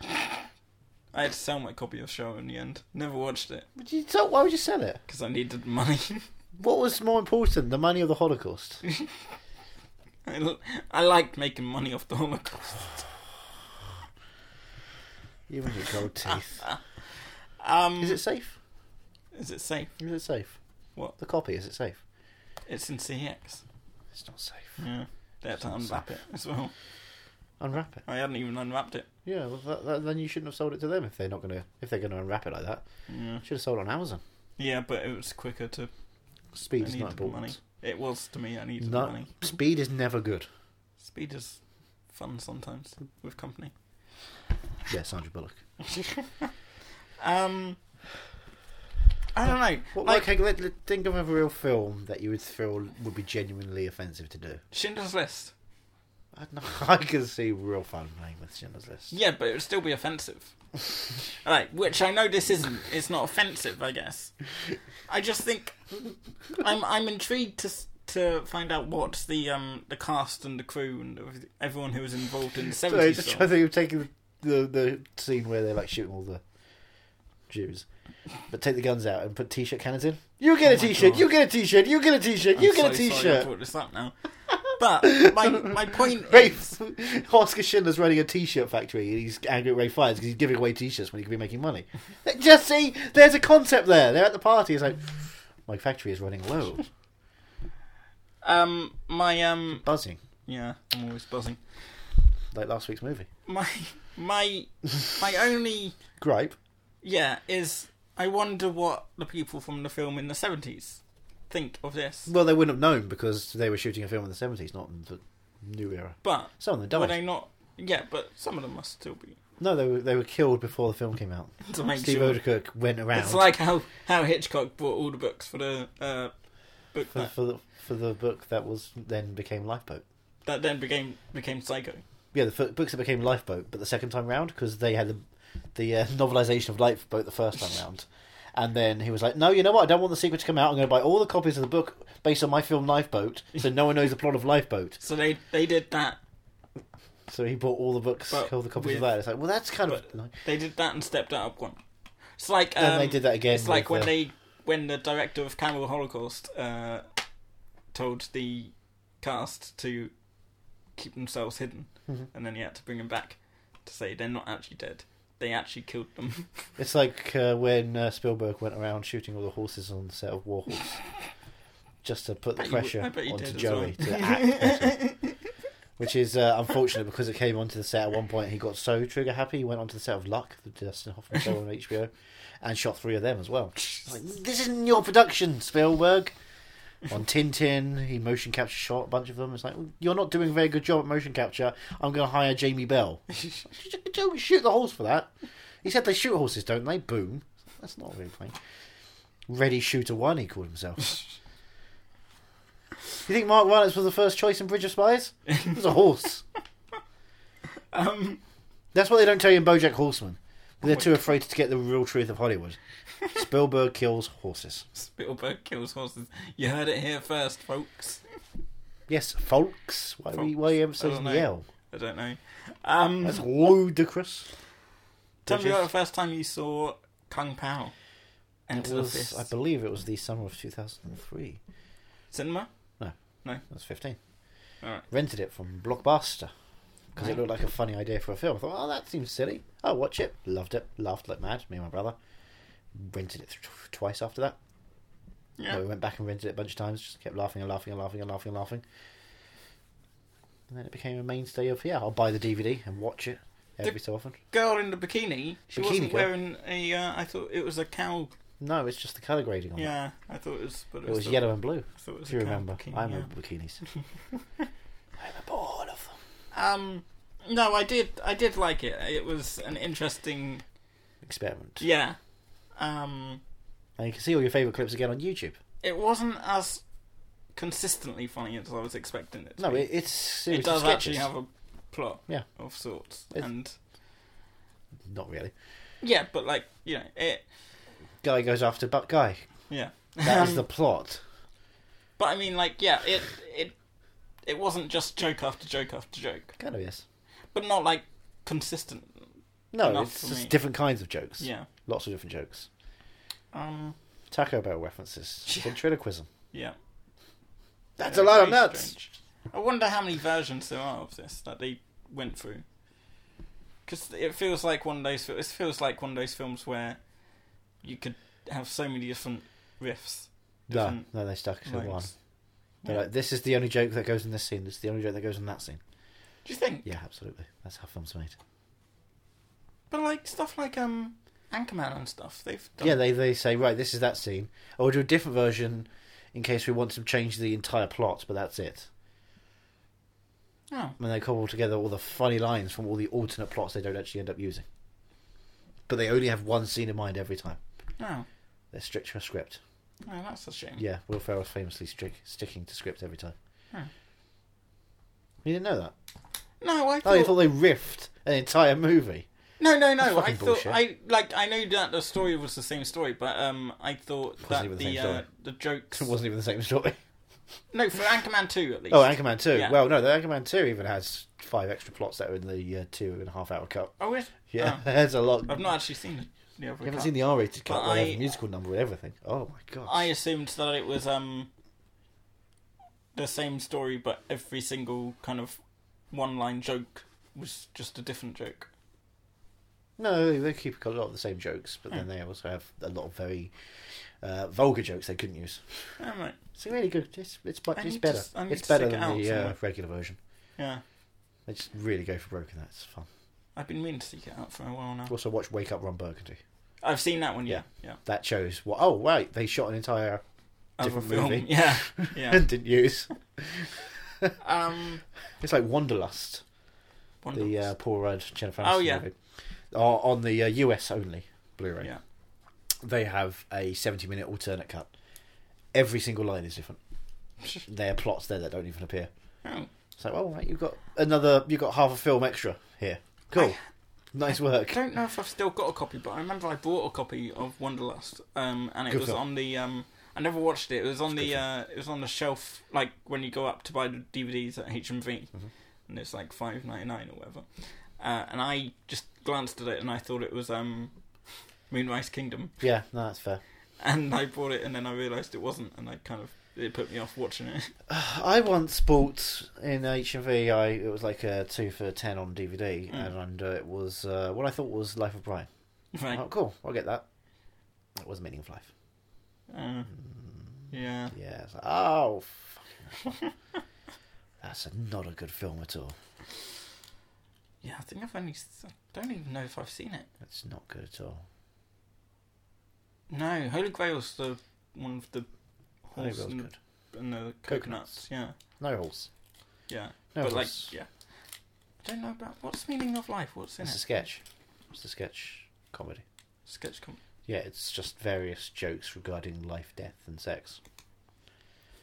S2: I had to sell my copy of Show in the end. Never watched it
S1: Would you tell, why would you sell it?
S2: because I needed money. <laughs>
S1: What was more important, the money or the Holocaust?
S2: I, l- I liked making money off the Holocaust.
S1: you and your gold
S2: <laughs>
S1: teeth.
S2: Um,
S1: Is it safe?
S2: is it safe?
S1: Is it safe?
S2: What?
S1: The copy, is it safe?
S2: It's in CX.
S1: It's not safe.
S2: Yeah, they had to unwrap it as well.
S1: Unwrap it.
S2: I hadn't even unwrapped it.
S1: Yeah, well, that, that, then you shouldn't have sold it to them if they're not gonna if they're gonna unwrap it like that.
S2: Yeah,
S1: Should have sold it on Amazon.
S2: yeah, but it was quicker to. I
S1: Speed is not
S2: needed the money.
S1: important.
S2: It was to me. I needed the
S1: No,
S2: money.
S1: speed is never good.
S2: Speed is fun sometimes with company.
S1: Yeah, Sandra Bullock.
S2: Um, I don't know.
S1: Well,
S2: like
S1: okay, let, let- think of a real film that you would feel would be genuinely offensive to do.
S2: Schindler's List.
S1: I, don't know, <laughs> I can see real fun playing with Schindler's List.
S2: Yeah, but it would still be offensive. <laughs> Alright, which I know this isn't. It's not offensive, I guess. I just think I'm I'm intrigued to s- to find out what the um the cast and the crew and ev- everyone who was
S1: <laughs>
S2: involved in the
S1: So I
S2: seventies.
S1: just trying to think of taking the, the the scene where they're like shooting all the Jews, but take the guns out and put t-shirt cannons in. You get a t-shirt.
S2: Oh God.
S1: You get a t-shirt. You get a t-shirt. You get a
S2: Sorry I
S1: <laughs> t-shirt.
S2: brought this up now. But my my point
S1: <laughs>
S2: is,
S1: Rafe, Oscar Schindler's running a t-shirt factory and he's angry at Ray Fiennes because he's giving away t-shirts when he could be making
S2: <laughs>
S1: money. Just see, there's a concept there. They're at the party. It's like, my factory is running low.
S2: um my um
S1: Buzzing.
S2: yeah I'm always buzzing
S1: Like last week's movie.
S2: my
S1: <laughs>
S2: my my only
S1: Gripe.
S2: yeah is I wonder what the people from the film in the seventies think of this.
S1: Well, they wouldn't have known because they were shooting a film in the 70s, not in the new era.
S2: But
S1: Some of them
S2: were
S1: died.
S2: they not? Yeah, but some of them must still be.
S1: No, they were, they were killed before the film came out.
S2: To
S1: <laughs>
S2: make
S1: Steve
S2: sure.
S1: Odekirk went around
S2: It's like how how Hitchcock bought all the books for the uh, book
S1: for,
S2: that,
S1: for, the, for the book that was then became Lifeboat.
S2: that then became became Psycho.
S1: Yeah, the f- books that became Lifeboat, but the second time round because they had the the uh, <laughs> novelization of Lifeboat the first time round, and then he was like, "No, you know what? I don't want the sequel to come out. I'm going to buy all the copies of the book based on my film Lifeboat, so no one knows the plot of Lifeboat."
S2: So they they did that.
S1: So he bought all the books,
S2: But
S1: all the copies
S2: with-
S1: of that. It's like, well, that's kind of.
S2: But
S1: Nice.
S2: they did that and stepped that up one. It's like um,
S1: And they did that again.
S2: It's like when
S1: with, uh,
S2: they when the director of Cannibal Holocaust uh, told the cast to keep themselves hidden,
S1: Mm-hmm.
S2: and then he had to bring them back to say they're not actually dead. They actually killed them. <laughs>
S1: It's like uh, when uh, Spielberg went around shooting all the horses on the set of War Horse, just to put the
S2: bet you-
S1: pressure
S2: I bet you
S1: onto
S2: did as
S1: Joey
S2: well.
S1: to
S2: <laughs>
S1: act better. Which is uh, unfortunate because it came onto the set at one point. He got so trigger happy, he went onto the set of Luck, the Dustin Hoffman show on HBO, and shot three of them as well. It's Like, this isn't your production, Spielberg. On Tintin, he motion capture shot a bunch of them. It's like you're not doing a very good job at motion capture. I'm going to hire Jamie Bell. <laughs> Don't shoot the horse for that. He said they shoot horses, don't they? Boom. That's not really plain. Ready shooter one, he called
S2: <laughs>
S1: himself. you think Mark Rylance was the first choice in Bridge of Spies? It was a horse.
S2: <laughs> um,
S1: That's what they don't tell you in BoJack Horseman. They're too afraid to get the real truth of Hollywood.
S2: <laughs>
S1: Spielberg kills horses.
S2: Spielberg kills horses. You heard it here first, folks.
S1: Yes, folks. Why are we why are you
S2: Folks. I
S1: emphasising
S2: don't
S1: the
S2: know.
S1: L?
S2: I don't know. Um,
S1: That's ludicrous.
S2: tell me
S1: gorgeous.
S2: about the first time you saw Kung Pao.
S1: It
S2: Enter the
S1: was,
S2: Fist.
S1: I believe it was the summer of 2003.
S2: Cinema?
S1: No.
S2: No.
S1: That's 15.
S2: Alright.
S1: Rented it from Blockbuster because
S2: Right.
S1: it looked like a funny idea for a film. I thought, oh, that seems silly. Oh, watch it. Loved it. Laughed like mad. Me and my brother rented it th- twice after that.
S2: Yeah.
S1: But we went back and rented it a bunch of times, just kept laughing and laughing and laughing and laughing and laughing. And then it became a mainstay of, yeah, I'll buy the DVD and watch it every
S2: Did-
S1: so often.
S2: Girl in the bikini. She
S1: Bikini
S2: wasn't
S1: girl.
S2: wearing a. Uh, I thought it was a cow.
S1: No, it's just the colour grading on it.
S2: Yeah, I thought it was. But it,
S1: It was
S2: the-
S1: yellow and blue.
S2: I thought it was
S1: Do you
S2: a cow
S1: remember?
S2: bikini,
S1: I
S2: yeah.
S1: remember bikinis.
S2: <laughs>
S1: I remember all of them.
S2: Um, no, I did. I did like it. It was an interesting.
S1: Experiment.
S2: Yeah. Um,
S1: And you can see all your favourite clips again on YouTube.
S2: it wasn't as consistently funny as I was expecting it. To
S1: No,
S2: be.
S1: it, it's
S2: it
S1: series of
S2: does actually
S1: sketches.
S2: have a plot.
S1: Yeah.
S2: Of sorts,
S1: It's-
S2: and
S1: Not really.
S2: yeah, but like you know it.
S1: Guy goes after but guy.
S2: Yeah. <laughs>
S1: That is
S2: Um,
S1: the plot.
S2: But I mean, like, yeah, it it it wasn't just joke after joke after joke,
S1: Kind of yes.
S2: but not like consistent.
S1: No,
S2: Enough
S1: it's
S2: for
S1: just
S2: me.
S1: different kinds of jokes.
S2: Yeah.
S1: Lots of different jokes.
S2: Um.
S1: Taco Bell
S2: <laughs>
S1: references. Ventriloquism.
S2: Yeah.
S1: That's a lot of
S2: Very
S1: nuts.
S2: strange. I wonder how many versions there are of this that they went through. Because it feels like one of those. It feels like one of those films where you could have so many different riffs.
S1: No,
S2: Different
S1: no, they stuck to one.
S2: lines.
S1: They're
S2: Yeah.
S1: like, this is the only joke that goes in this scene. This is the only joke that goes in that scene.
S2: Do you think?
S1: Yeah, absolutely. That's how films are made.
S2: But like stuff like um, Anchorman and stuff. They've done
S1: Yeah, they they say right, this is that scene, or we'll do a different version in case we want to change the entire plot, but that's it.
S2: Oh.
S1: And they cobble together all the funny lines from all the alternate plots they don't actually end up using. But they only have one scene in mind every time.
S2: Oh.
S1: They're strict to a script.
S2: Oh, that's a shame.
S1: Yeah, Will Ferrell's famously strict, sticking to script every time.
S2: Hmm.
S1: You didn't know that?
S2: No, I
S1: Oh, you
S2: thought
S1: thought they riffed an entire movie? <laughs>
S2: No, no, no. I
S1: fucking
S2: thought
S1: bullshit.
S2: I like I know that the story was the same story, but um, I thought that the
S1: even the same
S2: uh,
S1: story.
S2: the jokes
S1: <laughs> It wasn't even the same
S2: <laughs>
S1: story.
S2: no for Anchorman two at least.
S1: Oh, Anchorman 2.
S2: Yeah.
S1: Well, no, the Anchorman 2 even has five extra plots that are in the uh, two and a half hour cut.
S2: Oh, is-
S1: Yeah,
S2: oh.
S1: <laughs> there's a lot.
S2: I've not actually seen the other.
S1: You haven't
S2: cut.
S1: seen the R-rated cut.
S2: But
S1: where they
S2: I-
S1: have a musical number with everything. Oh my god!
S2: I assumed that it was um the same story, but every single kind of one line joke was just a different joke.
S1: No, they- they keep a lot of the same jokes, but
S2: Hmm.
S1: then they also have a lot of very uh, vulgar jokes they couldn't use.
S2: All right.
S1: It's really good. It's it's bu-
S2: I
S1: it's
S2: need
S1: better.
S2: to- I need
S1: it's
S2: to
S1: better
S2: stick it out
S1: than the uh,
S2: somewhere.
S1: regular version.
S2: Yeah,
S1: They just really go for broke in that. It's fun.
S2: I've been meaning to seek it out for a while now.
S1: Also, watch Wake Up Ron Burgundy.
S2: I've seen that one. Yeah, yeah.
S1: That shows what. Oh right, they shot an entire
S2: Other
S1: different
S2: film.
S1: movie
S2: <laughs> Yeah, yeah.
S1: and <laughs> didn't use.
S2: um,
S1: It's like Wanderlust, the uh,
S2: Wanderlust.
S1: Paul Rudd Jennifer
S2: Oh,
S1: Aniston
S2: yeah.
S1: movie, Are on the uh, US only Blu-ray.
S2: yeah.
S1: they have a 70 minute alternate cut. Every single line is
S2: <laughs>
S1: different. there are plots there that don't even appear.
S2: Oh.
S1: It's like, well, mate, you've got another, you've got half a film extra here. Cool. <laughs> nice
S2: I
S1: work.
S2: don't know if I've still got a copy, but I remember I bought a copy of Wanderlust, um, and it
S1: Good
S2: was
S1: film.
S2: on the. Um, I never watched it. It was on the. Uh, it was on the shelf, like when you go up to buy the DVDs at HMV,
S1: Mm-hmm.
S2: and it's like five ninety nine or whatever. Uh, and I just glanced at it, and I thought it was um, Moonrise Kingdom,
S1: Yeah, no, that's fair.
S2: and I bought it, and then I realised it wasn't, and I kind of it put me off watching it. <laughs>
S1: I once bought in HMV, I, it was like a 2 for 10 on
S2: Hmm.
S1: DVD, and uh, it was uh, what I thought was Life of Brian.
S2: right?
S1: Oh, cool, I'll get that. It was Meaning of Life. Mm.
S2: Uh, yeah.
S1: Yeah, it's like, oh,
S2: <laughs>
S1: fucking hell. that's a, not a good film at all.
S2: Yeah. I think I've only. s- I don't even know if I've seen it.
S1: That's not good at all.
S2: No, Holy Grail's the one of the
S1: Holy
S2: horse
S1: Grail's
S2: and,
S1: good.
S2: and the
S1: Coconuts.
S2: coconuts. Yeah,
S1: No horse.
S2: yeah.
S1: No,
S2: but like,
S1: horse.
S2: yeah. I don't know about what's the meaning of life. What's in
S1: It's a
S2: it?
S1: sketch. It's a sketch comedy.
S2: Sketch comedy.
S1: Yeah, it's just various jokes regarding life, death, and sex.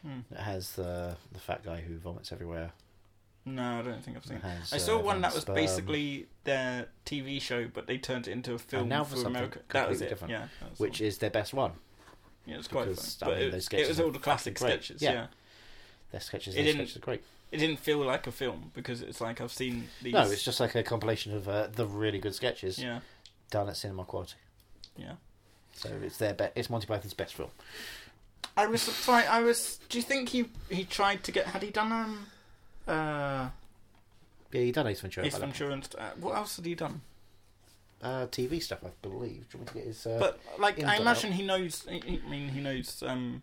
S2: Hmm.
S1: It has the the fat guy who vomits everywhere.
S2: No, I don't think I've seen.
S1: It
S2: It
S1: has,
S2: I saw
S1: uh,
S2: one that was
S1: sperm.
S2: basically their TV show, but they turned it into a film
S1: now for
S2: for,
S1: something
S2: America. That was
S1: completely
S2: it.
S1: different,
S2: yeah, that was the
S1: which
S2: one.
S1: is their best one.
S2: yeah, it was quite
S1: because,
S2: fun.
S1: I
S2: But
S1: mean,
S2: it,
S1: those
S2: it was
S1: sketches
S2: all
S1: are
S2: the classic
S1: fucking great.
S2: sketches.
S1: Yeah.
S2: Yeah.
S1: Their sketches,
S2: It
S1: their
S2: didn't-
S1: sketches are great.
S2: it didn't feel like a film because it's like I've seen these.
S1: No, it's just like a compilation of uh, the really good sketches
S2: yeah,
S1: done at cinema quality.
S2: yeah.
S1: So it's their be- it's Monty Python's best film.
S2: I was surprised. I was. Do you think he he tried to get? Had he done um, uh,
S1: Yeah, he done Ace Ventura.
S2: Ace
S1: by that.
S2: Ventura and st- uh, what else had he done?
S1: Uh, TV stuff, I believe. Do you want me to get his? Uh,
S2: But like,
S1: Inside
S2: I
S1: Out.
S2: imagine he knows. I I mean, he knows um,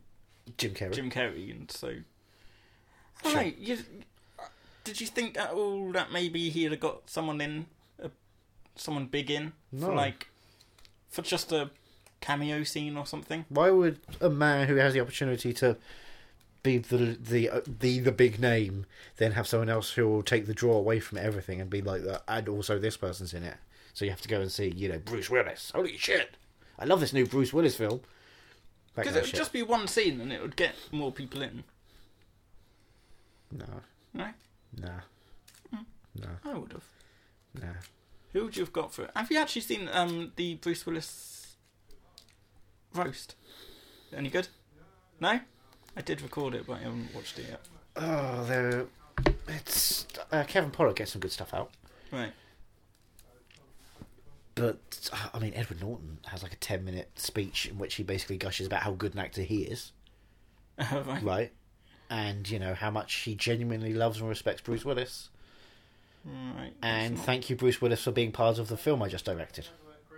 S1: Jim Carrey.
S2: Jim Carrey, and so. I don't
S1: Sure.
S2: know, you, did you think at all that maybe he'd have got someone in, uh, someone big in,
S1: No.
S2: for like, for just a cameo scene or something?
S1: Why would a man who has the opportunity to be the the uh, the the big name then have someone else who will take the draw away from everything and be like that? And also, this person's in it, so you have to go and see. You know, Bruce Willis. Holy shit! I love this new Bruce Willis film. That
S2: Because
S1: kind
S2: it
S1: of
S2: would
S1: shit.
S2: just be one scene and it would get more people in.
S1: no,
S2: No,
S1: no,
S2: I would have.
S1: no.
S2: Who would you have got for it? Have you actually seen um the Bruce Willis roast? Any good? No, I did record it, but I haven't watched it yet.
S1: Oh, there. It's uh, Kevin Pollard gets some good stuff out,
S2: Right. <laughs>
S1: but uh, I mean, Edward Norton has like a ten minute speech in which he basically gushes about how good an actor he is.
S2: right.
S1: right? And you know how much he genuinely loves and respects Bruce Willis.
S2: Right.
S1: And thank you, Bruce Willis, for being part of the film I just directed.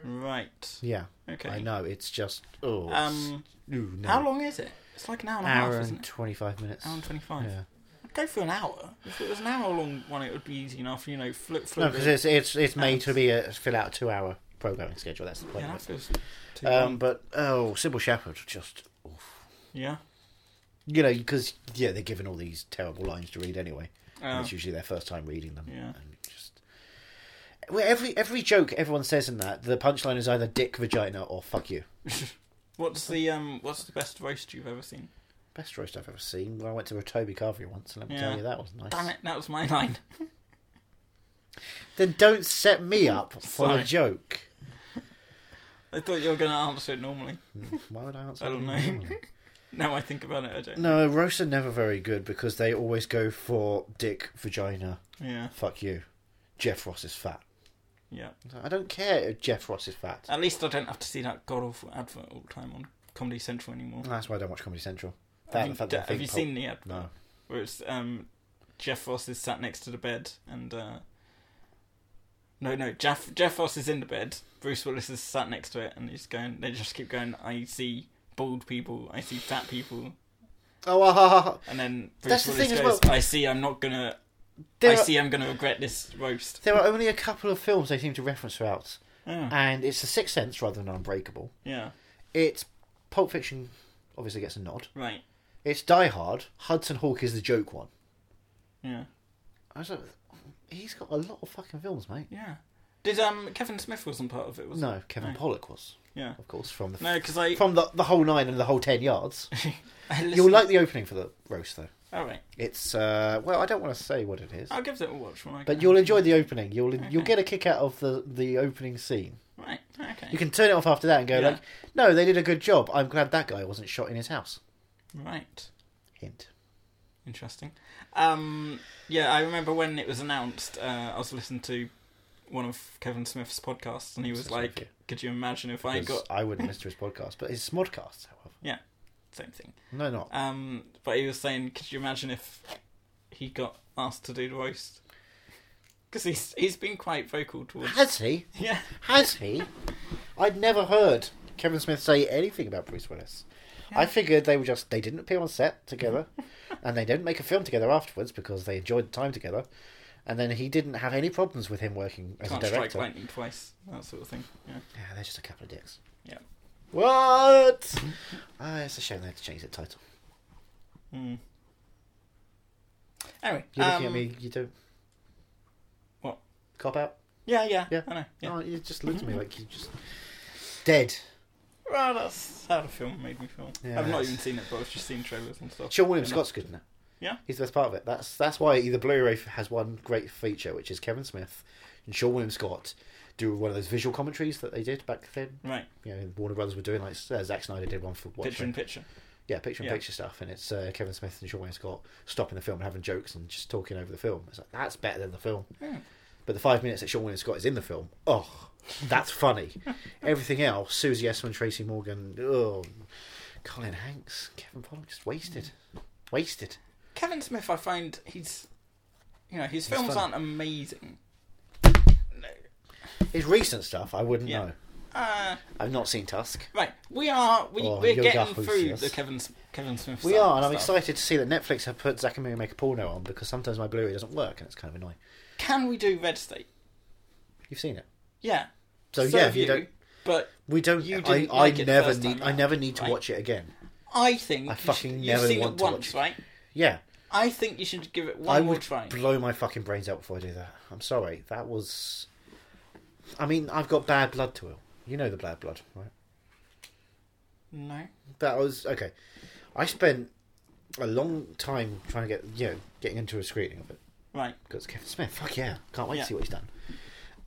S2: Right.
S1: Yeah,
S2: Okay.
S1: I know it's just oh, it's-
S2: Um,
S1: ooh, no.
S2: How long is it? It's like an hour and a
S1: Hour
S2: half,
S1: and
S2: isn't it?
S1: twenty five minutes.
S2: Hour and twenty-five.
S1: Yeah.
S2: I'd go for an hour. If it was an hour long one, it would be easy enough. You know, flip,
S1: No,
S2: flip.
S1: because it's it's it's made to be a fill out a two hour programming schedule. That's the point.
S2: yeah, that
S1: of
S2: feels too
S1: it. Um,
S2: long.
S1: but oh, Sybil Shepherd, just
S2: yeah.
S1: you know, because yeah, they're given all these terrible lines to read anyway.
S2: Oh.
S1: And it's usually their first time reading them.
S2: Yeah.
S1: And it just well, every every joke everyone says in that, the punchline is either dick, vagina, or fuck you.
S2: What's the um? What's the best roast you've ever seen?
S1: Best roast I've ever seen. Well, I went to a Toby Carvery once, and let me
S2: Yeah.
S1: tell you that was nice.
S2: Damn it, that was my <laughs> line.
S1: Then don't set me up for
S2: Sorry.
S1: a
S2: <laughs>
S1: joke.
S2: I thought you were going to answer it normally.
S1: Why would I answer?
S2: I don't
S1: that?
S2: know. <laughs> now I think about it, I don't.
S1: Oh, <laughs> No, roasts are never very good because they always go for dick, vagina,
S2: Yeah,
S1: fuck you. Jeff Ross is fat.
S2: yeah.
S1: I don't care if Jeff Ross is fat.
S2: At least I don't have to see that god awful advert all the time on Comedy Central anymore.
S1: That's why I don't watch Comedy Central. That and
S2: Have you,
S1: the fact that I
S2: have
S1: think
S2: you
S1: Pulp-
S2: seen the advert? <laughs>
S1: No.
S2: Where it's um, Jeff Ross is sat next to the bed and. Uh, no, no. Jeff Jeff Ross is in the bed. Bruce Willis is sat next to it, and he's going. They just keep going. I see bald people. I see fat people.
S1: Oh, ah, ha, ha, ha.
S2: And then
S1: That's
S2: Bruce
S1: the
S2: Willis
S1: thing as
S2: goes.
S1: well.
S2: I see. I'm not gonna.
S1: There
S2: I
S1: are-
S2: see. I'm gonna regret this roast.
S1: There are only a couple of films they seem to reference throughout,
S2: Oh,
S1: and it's The Sixth Sense rather than Unbreakable.
S2: yeah.
S1: It's Pulp Fiction, obviously gets a nod.
S2: Right.
S1: It's Die Hard. Hudson Hawk is the joke one.
S2: Yeah.
S1: I was like, he's got a lot of fucking films, mate.
S2: Yeah. Did um Kevin Smith wasn't part of it? Was
S1: No, Kevin Pollock was,
S2: He? Yeah.
S1: of course, from the
S2: No, because I.
S1: from the the whole nine and the whole ten yards.
S2: <laughs> I listened-
S1: You'll like the opening for the roast, though.
S2: All right.
S1: It's uh, well, I don't want to say what it is,
S2: I'll give that a watch when I.
S1: but
S2: can.
S1: you'll enjoy the opening. You'll you'll get a kick out of the the opening scene.
S2: Right. Okay.
S1: You can turn it off after that and go
S2: Yeah.
S1: like, "No, they did a good job. I'm glad that guy wasn't shot in his house."
S2: Right.
S1: Hint.
S2: Interesting. Um. Yeah, I remember when it was announced. Uh, I was listening to one of Kevin Smith's podcasts, and he was
S1: Sorry for
S2: like,
S1: you.
S2: "Could you imagine if I
S1: 'Cause
S2: got?"
S1: I wouldn't listen to his podcast, but his smodcast, however,
S2: Yeah. Same thing.
S1: no, not.
S2: Um. But he was saying, "Could you imagine if he got asked to do the roast?" Because he's he's been quite vocal towards.
S1: Has he?
S2: <laughs> Yeah.
S1: Has he? I'd never heard Kevin Smith say anything about Bruce Willis. I figured they were just they didn't appear on set together, <laughs> and they didn't make a film together afterwards because they enjoyed the time together. And then he didn't have any problems with him working as
S2: Can't
S1: a
S2: strike
S1: director.
S2: lightning twice. That sort of thing. Yeah.
S1: Yeah, they're just a couple of dicks.
S2: Yeah.
S1: What? Ah, it's a shame they had to change the title.
S2: Hmm. Anyway,
S1: You're looking at
S2: um,
S1: me. You do
S2: What?
S1: cop out.
S2: Yeah, yeah,
S1: Yeah.
S2: I know. Yeah. Mm-hmm.
S1: Oh, you just looked at me like you just dead.
S2: Well, that's how the film made me feel.
S1: Yeah,
S2: I've not
S1: that's-
S2: even seen it, but I've just seen trailers and stuff.
S1: Sean William
S2: Yeah.
S1: Scott's good in it.
S2: Yeah.
S1: he's the best part of it. That's that's why the Blu-ray has one great feature, which is Kevin Smith and Sean William Scott do one of those visual commentaries that they did back then.
S2: Right,
S1: You know, Warner Brothers were doing like uh, Zack Snyder did one for
S2: picture
S1: Watchmen.
S2: in picture.
S1: yeah, picture in
S2: yeah.
S1: picture stuff, and it's uh, Kevin Smith and Sean William Scott stopping the film and having jokes and just talking over the film. It's like that's better than the film. But the five minutes that Sean William Scott is in the film, oh, that's funny.
S2: <laughs>
S1: Everything else, Susie Essman, Tracy Morgan, oh, Colin Hanks, Kevin Pollock, just wasted, wasted.
S2: Kevin Smith, I find he's, you know, his films
S1: funny.
S2: aren't amazing.
S1: His recent stuff, I wouldn't
S2: Yeah.
S1: know.
S2: Uh,
S1: I've not seen Tusk.
S2: right, we are we,
S1: Oh,
S2: we're
S1: you're
S2: getting
S1: the
S2: through
S1: yes.
S2: the Kevin S- Kevin Smith.
S1: We
S2: side
S1: are, and I'm
S2: stuff.
S1: excited to see that Netflix have put Zack and Miri make a porno on because sometimes my Blu-ray doesn't work, and it's kind of annoying.
S2: Can we do Red State?
S1: You've seen it,
S2: Yeah.
S1: so, yeah,
S2: have
S1: if you don't.
S2: But
S1: We don't.
S2: You
S1: I,
S2: didn't
S1: I
S2: like it the
S1: never
S2: first time
S1: need. I
S2: round,
S1: never need to
S2: right?
S1: watch it again.
S2: I think
S1: I
S2: you should-
S1: fucking
S2: you've
S1: never
S2: seen
S1: want
S2: it
S1: to
S2: once,
S1: watch it.
S2: right?
S1: Yeah,
S2: I think you should give it one
S1: I
S2: more
S1: would
S2: try.
S1: blow my fucking brains out before I do that. I'm sorry. That was. I mean, I've got bad blood to it. You know the bad blood, right?
S2: no.
S1: That was okay. I spent a long time trying to get you know getting into a screening of it.
S2: Right.
S1: because Kevin Smith, fuck yeah, can't wait
S2: Yeah.
S1: to see what he's done.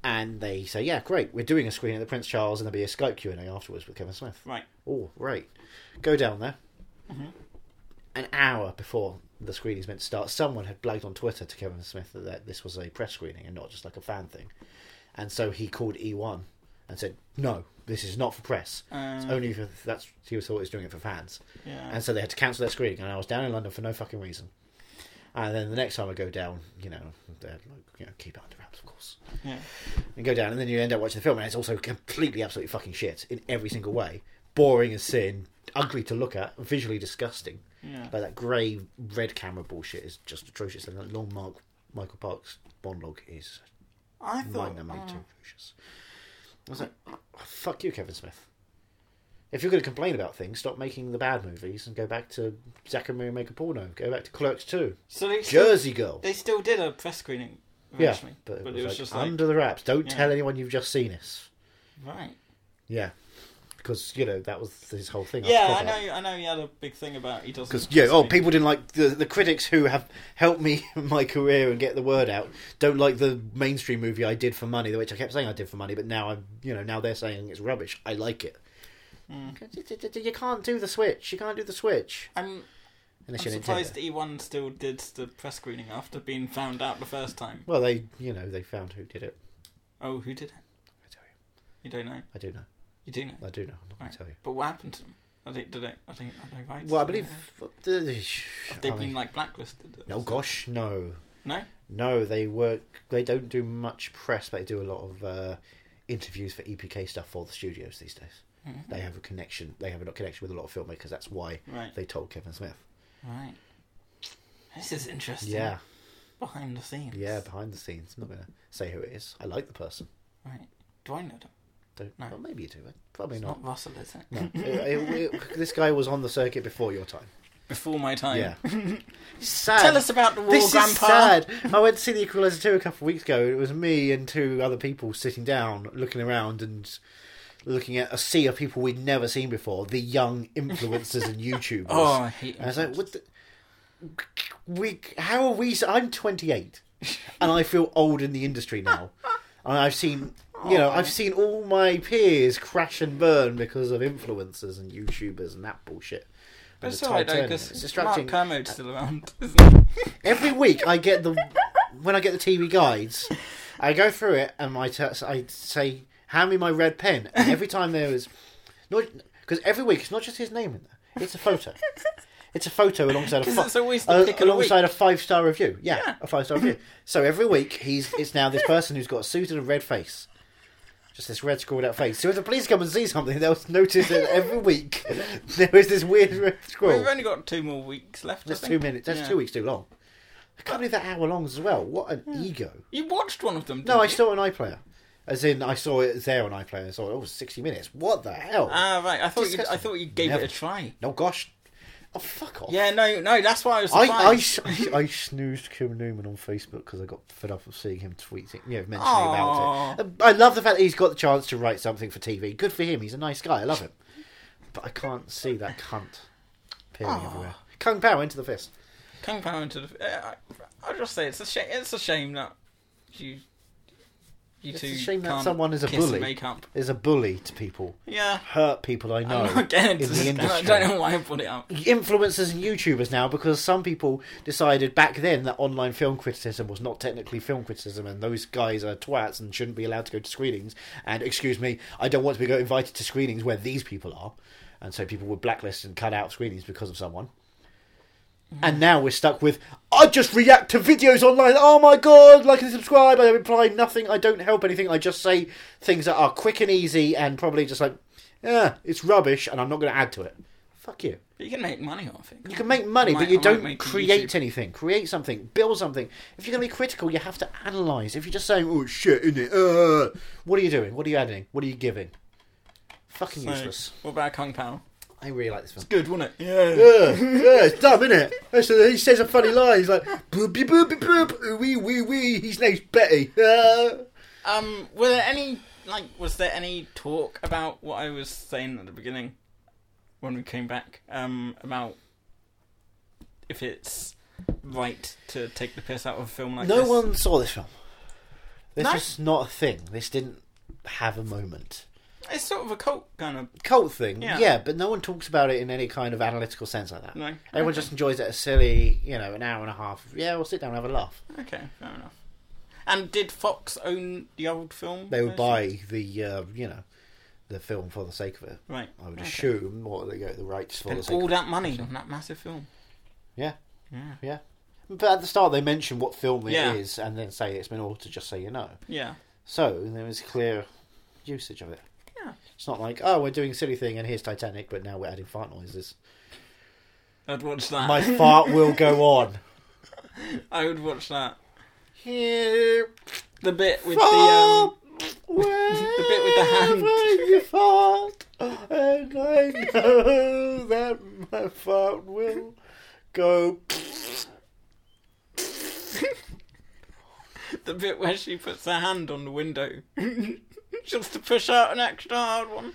S1: And they say, yeah, great, we're doing a screening at the Prince Charles, and there'll be a Skype Q and A afterwards with Kevin Smith.
S2: Right.
S1: Oh, right. Go down there. An hour before the screening's meant to start, someone had blagged on Twitter to Kevin Smith that- that this was a press screening and not just like a fan thing. And so he called E1 and said, no, this is not for press. it's
S2: Um.
S1: only for that's he was thought he was doing it for fans.
S2: Yeah.
S1: And so they had to cancel their screening, and I was down in London for no fucking reason. And then the next time I go down, you know, they're like, you know, keep it under wraps, of course
S2: Yeah.
S1: and go down, and then you end up watching the film, and it's also completely, absolutely fucking shit in every single way. Boring as sin, ugly to look at, visually disgusting.
S2: Yeah.
S1: But that grey, red camera bullshit is just atrocious, and that long Mark Michael Park's Bond log is
S2: I thought.
S1: mind
S2: uh,
S1: too atrocious. I was like, oh, fuck you, Kevin Smith. If you're going to complain about things, stop making the bad movies and go back to Zachary Make a Porno. Go back to Clerks
S2: <laughs>
S1: 2.
S2: so they still,
S1: Jersey Girl.
S2: they still did a press screening
S1: Yeah,
S2: eventually,
S1: but it was, like,
S2: just like
S1: under the wraps. Don't
S2: Yeah.
S1: tell anyone you've just seen this.
S2: right.
S1: Yeah, because you know that was his whole thing.
S2: Yeah, I know. I know. He had a big thing about he doesn't.
S1: Because yeah, oh,
S2: speak.
S1: people didn't like the the critics who have helped me <laughs> in my career and get the word out. Don't like the mainstream movie I did for money, which I kept saying I did for money, but now I'm you know now they're saying it's rubbish. I like it.
S2: Hmm.
S1: You can't do the switch. You can't do the switch.
S2: I'm, I'm
S1: Unless you're
S2: surprised
S1: Nintendo.
S2: E1 still did the press screening after being found out the first time.
S1: Well, they you know they found who did it.
S2: Oh, who did it?
S1: I tell you,
S2: You don't know.
S1: I do know.
S2: You do know.
S1: I do know. I'm not gonna
S2: Right.
S1: tell you.
S2: But what happened to them? I think did it? I think I think right.
S1: Well, I believe the.
S2: they've
S1: I
S2: been
S1: mean-
S2: like blacklisted.
S1: no, gosh, no.
S2: No.
S1: No, they work. They don't do much press, but they do a lot of uh, interviews for EPK stuff for the studios these days.
S2: Hmm.
S1: They have a connection. They have a connection with a lot of filmmakers. That's why
S2: Mm-hmm. Right.
S1: they told Kevin Smith.
S2: Right. This is interesting.
S1: Yeah,
S2: Behind the scenes.
S1: yeah. Behind the scenes, I'm not gonna say who it is. I like the person.
S2: Right. Do I know them?
S1: Don't.
S2: No.
S1: Well, maybe you do. but Probably
S2: It's
S1: not.
S2: not Russell, is it?
S1: No. It- it- it- this guy was on the circuit before your time.
S2: <laughs> Before my time.
S1: Yeah. sad.
S2: Tell us about the war,
S1: this
S2: Grandpa.
S1: Is sad. I went to see the Equalizer 2 a couple of weeks ago. It was me and two other people sitting down, looking around and looking at a sea of people we'd never seen before, the young influencers
S2: <laughs>
S1: and YouTubers.
S2: Oh, I hate
S1: And I was like, what the... We, how are we... so- I'm 28 and I feel old in the industry now. And I've seen... You know, I've seen all my peers crash and burn because of influencers and YouTubers and that bullshit.
S2: But
S1: And
S2: it's
S1: the
S2: alright though,
S1: tide turning. It's
S2: because Mark
S1: distracting. Uh,
S2: Kermode's still around, <laughs> isn't
S1: <laughs>
S2: he?
S1: Every week I get the when I get the TV guides, I go through it and my t- I say, "Hand me my red pen." And every time there is, because every week it's not just his name in there; it's a photo. It's a photo alongside a
S2: <laughs> 'Cause
S1: fi-
S2: it's always the
S1: al-
S2: pick of the
S1: alongside a five star review. Yeah, a five star review. So every week he's it's now this person who's got a suit and a red face. Just this red scrawled out face. So if the police come and see something, they'll notice that every week <laughs> there is this weird red scroll.
S2: We've only got two more weeks left. I
S1: That's
S2: think.
S1: two minutes. That's
S2: Yeah.
S1: two weeks too long. I can't believe that hour long as well. What an ego.
S2: You watched one of them. Didn't
S1: No, I
S2: you?
S1: saw it on iPlayer. As in, I saw it there on iPlayer. and saw it. Oh, 60 minutes. What the hell?
S2: Ah, right. I thought you, I
S1: Disgusting.
S2: thought you gave
S1: Never.
S2: it a try.
S1: no, gosh. Oh, fuck off.
S2: Yeah, no, no. That's why I was.
S1: I, I,
S2: surprised.
S1: s- I snoozed Kim Newman on Facebook because I got fed up of seeing him tweeting, you know, mentioning about it. I love the fact that he's got the chance to write something for TV. Good for him. He's a nice guy. I love him. But I can't see that cunt appearing everywhere. Kung Pao into the fist.
S2: Kung Pao into the. Uh, I, I'll just say it's a shame. It's a shame that you. You
S1: It's
S2: two
S1: a shame that
S2: can't
S1: someone is a
S2: kiss and
S1: bully.
S2: Make up.
S1: Is a bully to people.
S2: Yeah.
S1: hurt people I
S2: <laughs>
S1: know
S2: I'm not getting
S1: in
S2: into
S1: the
S2: this now. I
S1: industry.
S2: don't know why I put it up.
S1: Influencers and YouTubers now because some people decided back then that online film criticism was not technically film criticism and those guys are twats and shouldn't be allowed to go to screenings. And excuse me, I don't want to be go- invited to screenings where these people are. And so people were blacklisted and cut out of screenings because of someone. And now we're stuck with I just react to videos online. Oh my god, like and subscribe. I reply nothing. I don't help anything. I just say things that are quick and easy and probably just like, yeah, it's rubbish and I'm not going to add to it. Fuck you.
S2: But you can make money off it.
S1: You can make money,
S2: I might-
S1: but you
S2: I might
S1: don't
S2: make a
S1: create
S2: YouTube-
S1: anything. Create something, build something. If you're going to be critical, you have to analyze. If you're just saying, "Oh shit, isn't it?" Uh, what are you doing? What are you adding? What are you giving? Fucking
S2: So,
S1: useless.
S2: What about Kung Pao?
S1: I really like this <laughs> film.
S2: Good, wasn't it? Yeah.
S1: Yeah, yeah, Uh, it's dumb, isn't it? That's the- He says a funny line. He's like, boopy boopy boop, uh, wee wee wee. His name's Betty. Uh,
S2: Um, were there any like was there any talk about what I was saying at the beginning when we came back? Um, about if it's right to take the piss out of a film like
S1: no
S2: this.
S1: one saw this film. This
S2: No.
S1: is not a thing. This didn't have a moment.
S2: It's sort of a cult kind of.
S1: cult thing, yeah.
S2: Yeah.
S1: but no one talks about it in any kind of analytical sense like that.
S2: No.
S1: Everyone just enjoys it as silly, you know, an hour and a half. Yeah, we'll sit down and have a laugh.
S2: Okay, fair enough. And did Fox own the old film?
S1: They would
S2: version?
S1: buy the, uh, you know, the film for the sake of it.
S2: Right.
S1: I would
S2: okay.
S1: assume, or they get the rights for the
S2: Spent
S1: sake
S2: all
S1: of
S2: that money on that massive film.
S1: Yeah. Yeah. But at the start, they mention what film it is,
S2: Yeah.
S1: and then say it's been altered just so you know.
S2: Yeah.
S1: So there is clear usage of it.
S2: Yeah.
S1: It's not like, oh, we're doing a silly thing and here's Titanic, but now we're adding fart noises.
S2: I'd watch that.
S1: My fart will go
S2: <laughs>
S1: on.
S2: I would watch that.
S1: Here
S2: The bit with the um,
S1: the
S2: bit with <laughs> the hand.
S1: You fart, and I know that my fart will go.
S2: The bit where she puts her hand on the window <laughs> just to push out an extra hard one.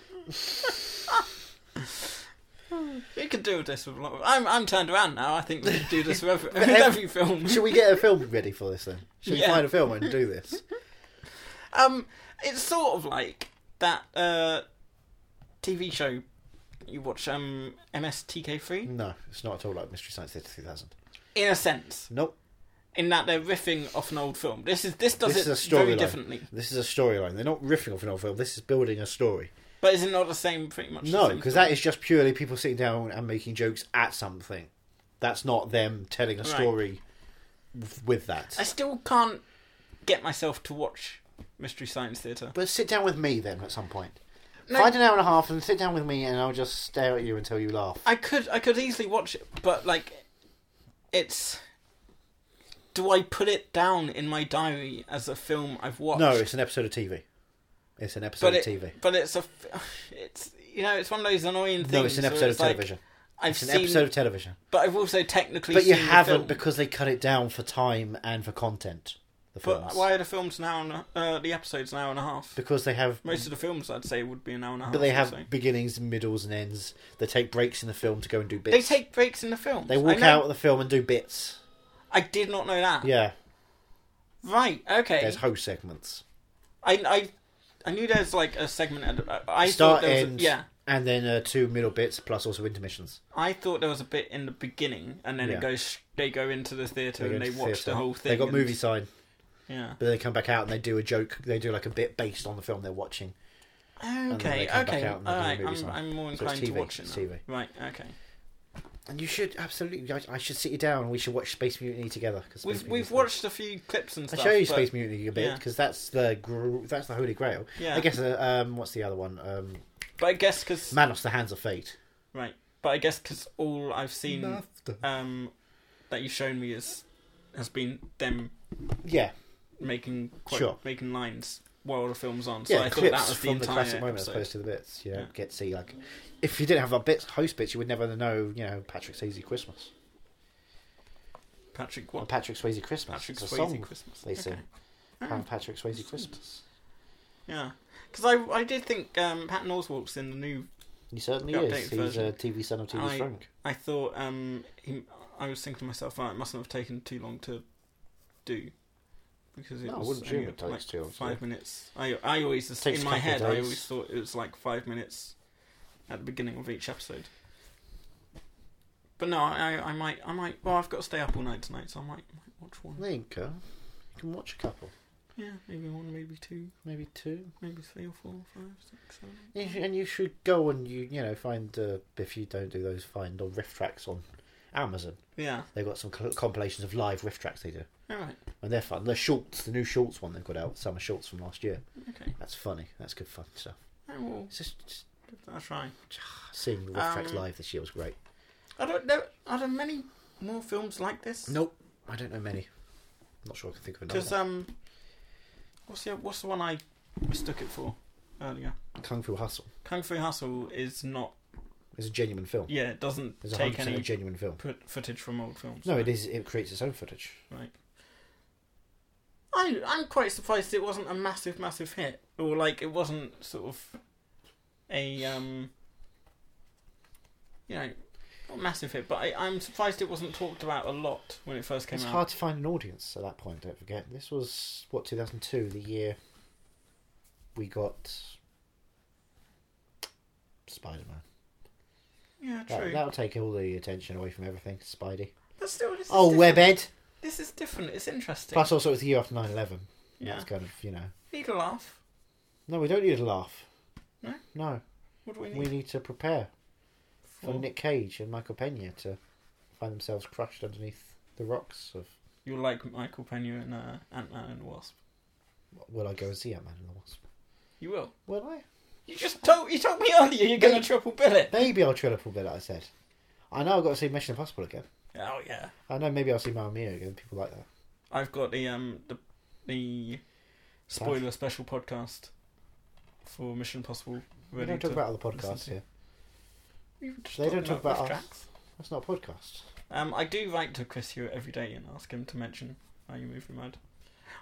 S2: <laughs> we could do this with a lot of. I'm, I'm turned around now. I think we could do this with
S1: <laughs>
S2: every, with every film.
S1: Should we get a film ready for this then? Should we
S2: Yeah.
S1: find a film and do this?
S2: Um, it's sort of like that uh, TV show you watch, um, MSTK3,
S1: No, it's not at all like Mystery Science Theater 3000.
S2: in a sense,
S1: Nope.
S2: in that they're riffing off an old film. This is this does
S1: This is
S2: it
S1: a
S2: very
S1: storyline.
S2: differently,
S1: This is a storyline. They're not riffing off an old film. This is building a story.
S2: but is it not the same? Pretty much, the
S1: No,
S2: same
S1: because
S2: story?
S1: that is just purely people sitting down and making jokes at something. That's not them telling a story w- with that.
S2: I still can't get myself to watch Mystery Science Theatre.
S1: But sit down with me then at some point. Find an hour and a half and sit down with me, and I'll just stare at you until you laugh.
S2: I could I could easily watch it, but like it's do I put it down in my diary as a film I've watched?
S1: No, it's an episode of TV. It's an episode
S2: but
S1: of
S2: it,
S1: TV.
S2: But it's a f- it's you know, it's one of those annoying things.
S1: No, it's an
S2: where
S1: episode of
S2: like,
S1: television.
S2: I've
S1: It's an
S2: seen,
S1: episode of television.
S2: but I've also technically
S1: But you
S2: seen the
S1: haven't
S2: film.
S1: because they cut it down for time and for content. The films.
S2: But why are the films an hour? And a, uh, the episodes an hour and a half.
S1: Because they have,
S2: Most of the films I'd say would be an hour and a half.
S1: but they
S2: or
S1: have
S2: so.
S1: beginnings, middles, and ends. They take breaks in the film to go and do
S2: They
S1: bits.
S2: take breaks in the film.
S1: They walk out of the film and do bits.
S2: I did not know that.
S1: Yeah,
S2: Right. Okay.
S1: there's host segments.
S2: I, I, I knew there's like a segment. At, I- I
S1: Start
S2: thought there
S1: end.
S2: was a, yeah.
S1: And then uh, two middle bits plus also intermissions.
S2: I thought there was a bit in the beginning, and then
S1: Yeah.
S2: it goes. They go into the theater and
S1: go
S2: they
S1: into
S2: watch
S1: theatre.
S2: the whole thing.
S1: They got
S2: and-
S1: movie sign.
S2: Yeah.
S1: but then they come back out and they do a joke. They do like a bit based on the film they're watching. then they
S2: Okay.
S1: come back
S2: Okay.
S1: out and they
S2: All
S1: do
S2: right.
S1: the movies
S2: I'm,
S1: on.
S2: I'm more
S1: So it's
S2: inclined to
S1: TV,
S2: watch it.
S1: it's
S2: now.
S1: TV.
S2: Right. Okay.
S1: And you should absolutely. I, I should sit you down. and We should watch Space Mutiny together. Cause Space
S2: We've
S1: Mutiny
S2: we've
S1: is-
S2: watched a few clips and
S1: I
S2: stuff.
S1: show you
S2: but-
S1: Space Mutiny a bit
S2: yeah.
S1: because that's the gr- that's the Holy Grail.
S2: Yeah.
S1: I guess. Uh, um, what's the other one? Um,
S2: But I guess because
S1: Manos, the Hands of Fate.
S2: right. But I guess 'cause all I've seen
S1: Master.
S2: um that you've shown me is has been them
S1: Yeah,
S2: making quote,
S1: Sure.
S2: making lines while the film's on. So
S1: yeah.
S2: I thought
S1: clips
S2: that was the
S1: from the,
S2: entire
S1: classic moment as
S2: episode.
S1: opposed to the bits. You know,
S2: Yeah.
S1: get to see like if you didn't have the bits, host bits, you would never know. You know, Patrick Swayze Christmas
S2: Patrick
S1: or
S2: what?
S1: Patrick Swayze Christmas.
S2: Patrick
S1: It's a
S2: Swayze
S1: song
S2: Christmas.
S1: They
S2: Okay.
S1: sing. Have Patrick Swayze Christmas.
S2: Yeah, because I I did think um, Patton Oswalt's in the new.
S1: He certainly
S2: The
S1: is.
S2: updated
S1: He's uh,
S2: version.
S1: a TV son of TV
S2: I
S1: Frank.
S2: I thought um he, I was thinking to myself, oh, it mustn't have taken too long to do. Because it
S1: No, I
S2: was
S1: wouldn't assume
S2: only
S1: it takes
S2: like
S1: too long to
S2: Five
S1: do.
S2: minutes. I I always just,
S1: Takes
S2: in
S1: a
S2: my
S1: couple of
S2: head I
S1: days.
S2: always thought it was like five minutes at the beginning of each episode. But no, I I, I might I might well I've got to stay up all night tonight, so I might, might watch one.
S1: think uh, you can watch a couple,
S2: Yeah, maybe one, maybe two,
S1: maybe two.
S2: maybe three or four, five, six, seven.
S1: You sh- And you should go and you you know find uh, if you don't do those find or riff tracks on Amazon.
S2: Yeah.
S1: They've got some cl- compilations of live riff tracks they do,
S2: All right.
S1: and they're fun. They're Schultz, the new Schultz one they've got out, summer Schultz from last year.
S2: Okay.
S1: That's funny. That's good fun stuff.
S2: I will
S1: It's just, just
S2: give that a try.
S1: seeing the riff tracks
S2: Um,
S1: live this year was great.
S2: I don't know. Are there many more films like this?
S1: Nope, I don't know many. Not sure I can think of another.
S2: Because
S1: one.
S2: um, what's the what's the one I mistook it for earlier?
S1: Kung Fu Hustle
S2: Kung Fu Hustle is not.
S1: is a genuine film.
S2: Yeah, it doesn't
S1: It's
S2: take
S1: 100% a
S2: any
S1: genuine film.
S2: put footage from old films.
S1: No, it is. It creates its own footage.
S2: Right. I I'm quite surprised it wasn't a massive massive hit or like it wasn't sort of a um you know not massive hit but I, I'm surprised it wasn't talked about a lot when it first came
S1: It's
S2: out.
S1: hard to find an audience at that point. Don't forget, this was what 2002, the year we got Spider-Man.
S2: Yeah, true.
S1: That, that'll take all the attention away from everything. Spidey.
S2: but still, this is
S1: Oh,
S2: different.
S1: WebEd.
S2: This is different. It's interesting.
S1: Plus, also, it was the year after 9/11.
S2: Yeah.
S1: That's kind of you know.
S2: Need a laugh.
S1: No, we don't need to laugh.
S2: No?
S1: No,
S2: What do we need?
S1: we need to prepare for
S2: for?
S1: Nick Cage and Michael Pena to find themselves crushed underneath the rocks of.
S2: You're like Michael Pena and uh, Ant Man and the Wasp.
S1: Will I go and see Ant-Man and the Wasp?
S2: You will.
S1: Will I?
S2: You just told you told me earlier you're going to triple bill it.
S1: Maybe I'll trill up a bit. I said. I know I've got to see Mission Impossible again.
S2: Oh yeah.
S1: I know maybe I'll see Mamma Mia again. People like that.
S2: I've got the um the the spoiler special podcast for Mission Impossible.
S1: We
S2: ready
S1: don't talk
S2: to
S1: about other
S2: listen
S1: podcasts
S2: to.
S1: here.
S2: We were just
S1: They don't talk
S2: talking
S1: about
S2: riff
S1: us.
S2: tracks.
S1: That's not a podcast.
S2: Um, I do write to Chris Hewitt every day and ask him to mention Are You Moving Mad?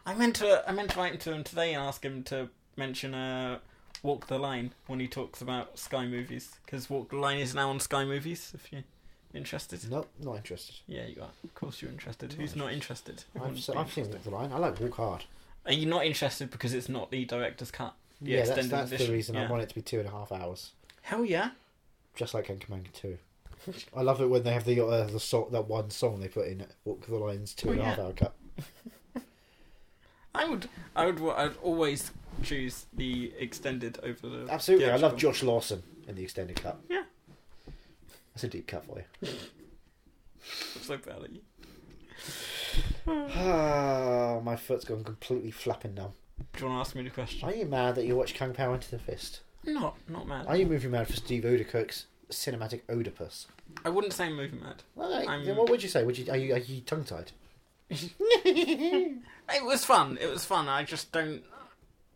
S2: I meant to I meant to write to him today and ask him to mention uh, Walk the Line when he talks about Sky Movies because Walk the Line is now on Sky Movies. If you're interested,
S1: Nope, not interested.
S2: yeah, you are. Of course, you're interested. Who's not interested?
S1: I've,
S2: Everyone's
S1: se-
S2: been
S1: I've seen Walk
S2: interested.
S1: the Line. I like Walk Hard.
S2: Are you not interested because it's not the director's cut? The
S1: yeah, that's,
S2: extended
S1: that's the
S2: edition,
S1: reason I
S2: yeah.
S1: want it to be two and a half hours,
S2: Hell yeah!
S1: just like Anchorman Two. I love it when they have the uh, the song that one song they put in Walk the Line's two
S2: Oh,
S1: and a half
S2: yeah.
S1: hour cut.
S2: I would, I would, wa- I'd always choose the extended over the.
S1: Absolutely, I love
S2: theatrical.
S1: Josh Lawson in the extended cut.
S2: Yeah.
S1: that's a deep cut for you.
S2: I'm so bad at you.
S1: <sighs>
S2: Hmm.
S1: Ah, my foot's gone completely flapping numb.
S2: Do you want to ask me the question?
S1: Are you mad that you watch Kung Pao into the Fist?
S2: I'm not, not mad.
S1: Are you movie mad for Steve Odekirk's cinematic Oedipus?
S2: I wouldn't say I'm moving mad.
S1: Well, like,
S2: I'm-
S1: then what would you say? Would you are you, are you tongue tied?
S2: It was fun. It was fun. I just don't.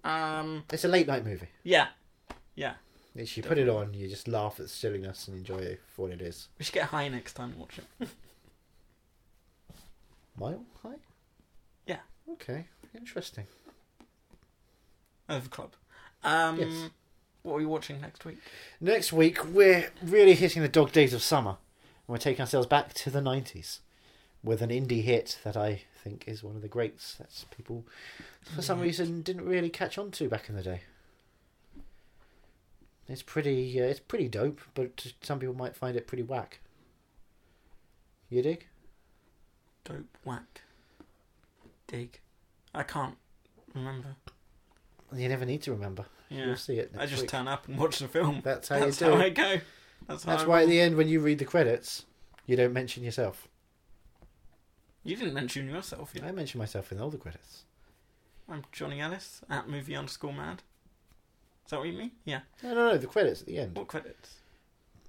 S2: Um.
S1: It's a late night movie.
S2: Yeah. Yeah.
S1: If you put it on, you just laugh at the silliness and enjoy it for what it is.
S2: We should get high next time and watch it. <laughs>
S1: Mile high.
S2: yeah.
S1: Okay, interesting.
S2: Over club. Um.
S1: Yes.
S2: What are we watching next week?
S1: Next week we're really hitting the dog days of summer, and we're taking ourselves back to the nineties with an indie hit that I think is one of the greats that people, for some reason, didn't really catch on to back in the day. It's pretty, uh, it's pretty dope, but some people might find it pretty whack. You dig?
S2: Dope whack. Dig. I can't remember.
S1: You never need to remember.
S2: Yeah.
S1: You'll see it. Next
S2: I just
S1: week.
S2: turn up and watch the film. <laughs>
S1: That's how you
S2: That's
S1: do
S2: how
S1: it.
S2: I go. That's,
S1: That's
S2: how I
S1: why at
S2: roll.
S1: the end, when you read the credits, you don't mention yourself.
S2: You didn't mention yourself yet.
S1: I mention myself in all the credits.
S2: I'm Johnny Ellis at movie underscore mad. Is that what you mean? Yeah.
S1: No, no, no. The credits at the end.
S2: What credits?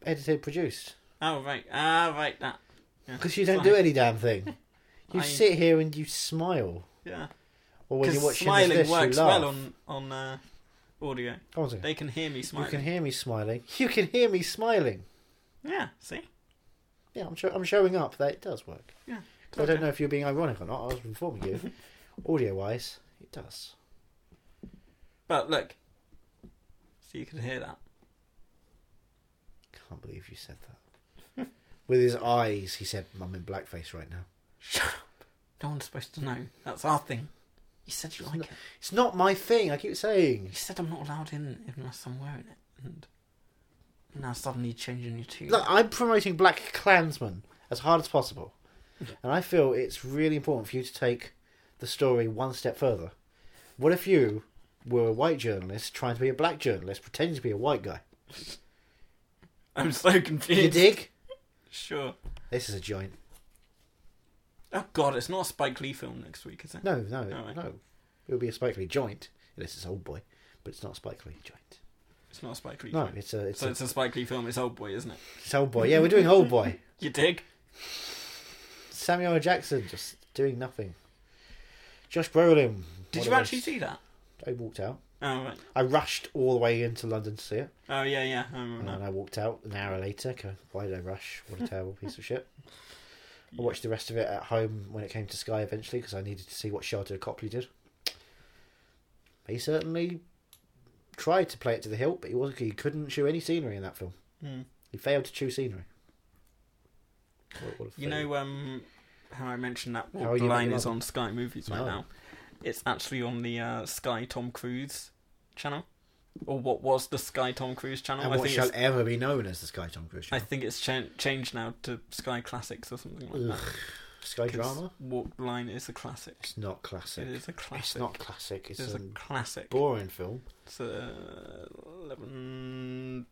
S1: Edited, produced.
S2: Oh right. Ah right that. Yeah.
S1: Because you don't
S2: Fine.
S1: do any damn
S2: <laughs>
S1: thing. You
S2: I-
S1: sit here and you smile.
S2: Yeah.
S1: Or when you
S2: Because
S1: watch
S2: smiling
S1: this,
S2: works
S1: you laugh.
S2: well on on uh, audio.
S1: Hold on a second.
S2: They can hear me
S1: You
S2: smiling.
S1: can hear me smiling. <laughs> You can hear me smiling.
S2: Yeah. See.
S1: Yeah, I'm, sho- I'm showing up that it does work.
S2: Yeah.
S1: 'Cause I don't know if you're being ironic or not. I was informing you. <laughs> Audio wise, it does.
S2: But look. So you can hear that.
S1: Can't believe you said that.
S2: <laughs>
S1: With his eyes, he said, "I'm in blackface right now."
S2: Shut up. No one's supposed to know. That's our thing. You said you like it.
S1: It's not my thing. I keep saying.
S2: You said I'm not allowed in unless I'm wearing it, and now suddenly you're changing your tune.
S1: Look, I'm promoting Black Klansman as hard as possible, and I feel it's really important for you to take the story one step further. What if you were a white journalist trying to be a black journalist, pretending to be a white guy?
S2: <laughs> I'm so confused.
S1: You dig?
S2: Sure.
S1: This is a joint.
S2: Oh God, it's not a Spike Lee film next week, is it?
S1: No, no,
S2: No, right.
S1: no. It would be a Spike Lee joint. This is Old Boy, but it's not a Spike Lee joint.
S2: it's not a Spike Lee.
S1: No,
S2: film.
S1: it's a it's,
S2: so
S1: a,
S2: it's a Spike Lee film. It's Old Boy, isn't it?
S1: it's Old Boy. Yeah, we're doing Old Boy.
S2: You dig?
S1: Samuel L. Jackson just doing nothing. Josh Brolin.
S2: Did
S1: one
S2: you
S1: of
S2: actually
S1: those-
S2: see that?
S1: I walked out.
S2: Oh right.
S1: I rushed all the way into London to see it,
S2: Oh yeah, yeah. I remember
S1: and
S2: now.
S1: then I walked out an hour later. 'cause Why did I rush? What a terrible piece of shit. I watched the rest of it at home when it came to Sky eventually because I needed to see what Sharda Copley did. He certainly tried to play it to the hilt, but he wasn't. He couldn't chew any scenery in that film.
S2: Mm.
S1: He failed to chew scenery. What- what a
S2: You
S1: failure.
S2: know um, how I mentioned that
S1: How
S2: Walk
S1: are
S2: the
S1: you Oh.
S2: Line
S1: making
S2: is
S1: love?
S2: on Sky Movies right
S1: No.
S2: now. It's actually on the uh, Sky Tom Cruise channel, or what was the Sky Tom Cruise channel?
S1: and
S2: I
S1: what
S2: think
S1: shall
S2: it's,
S1: ever be known as the Sky Tom Cruise
S2: I
S1: Show?
S2: think it's cha- changed now to Sky Classics or something like
S1: Ugh,
S2: that.
S1: Sky
S2: 'cause
S1: Drama.
S2: Walk the Line is a classic.
S1: It's not classic.
S2: It is a classic.
S1: It's not classic. It's,
S2: It's
S1: a
S2: a classic.
S1: boring film.
S2: It's uh, 11,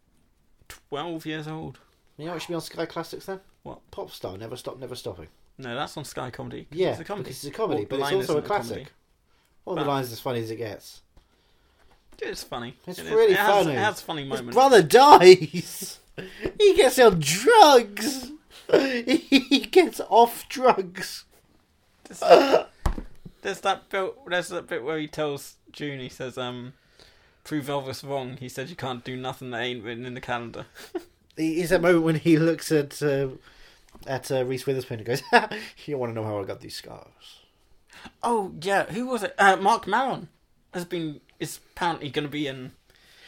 S2: 12 years old.
S1: You know what should be on Sky Classics then?
S2: What?
S1: Popstar, Never Stop, Never Stopping.
S2: No, that's on Sky Comedy.
S1: Yeah,
S2: it's a comedy.
S1: because it's a comedy,
S2: Walk the
S1: but it's
S2: Line
S1: also
S2: isn't
S1: a classic.
S2: comedy.
S1: One of the
S2: But-
S1: lines as funny as it gets.
S2: It's funny.
S1: It's
S2: It is.
S1: really
S2: it has,
S1: funny.
S2: It has funny
S1: His
S2: moments.
S1: brother dies. <laughs> he gets on drugs. <laughs> he gets off drugs.
S2: There's that bit. There's that bit where he tells June. He says, "Um, prove Elvis wrong." He said, "You can't do nothing that ain't written in the calendar." <laughs>
S1: He- It's that moment when he looks at uh, at uh, Reese Witherspoon and goes, <laughs> "You want to know how I got these scars?"
S2: oh yeah, who was it? Uh, Mark Maron has been is apparently going to be in.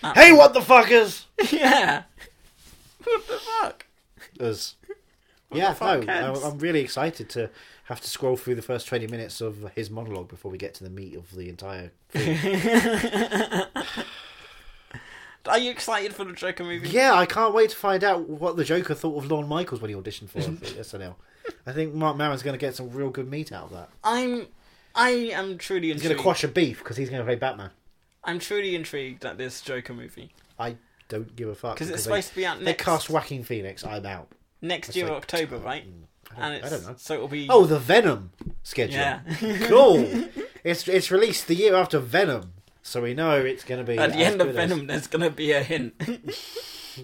S2: that
S1: Hey,
S2: film.
S1: what the fuckers?
S2: <laughs> yeah. What the fuck?
S1: <laughs> Us. Yeah, no,
S2: fuck, Hans?
S1: I- I'm really excited to have to scroll through the first 20 minutes of his monologue before we get to the meat of the entire
S2: Are you excited for the Joker
S1: <laughs>
S2: movie?
S1: Yeah, I can't wait to find out what the Joker thought of Lorne Michaels when he auditioned <laughs> for SNL. I think Mark Maron's going to get some real good meat out of that.
S2: I'm. I am truly
S1: He's going
S2: intrigued.
S1: to quash a beef because he's going to play Batman.
S2: I'm truly intrigued at this Joker movie
S1: I don't give a fuck.
S2: because it's
S1: they-
S2: supposed to be out
S1: They
S2: next
S1: cast Whacking Phoenix. I'm out.
S2: next year
S1: like-
S2: October,
S1: I
S2: right?
S1: don't,
S2: And
S1: I
S2: it's,
S1: don't know.
S2: So it'll be.
S1: Oh, the Venom schedule.
S2: Yeah.
S1: cool. It's it's released the year after Venom, so we know it's going to be
S2: <laughs> At the
S1: as
S2: end of
S1: good as-
S2: Venom, there's gonna be a hint.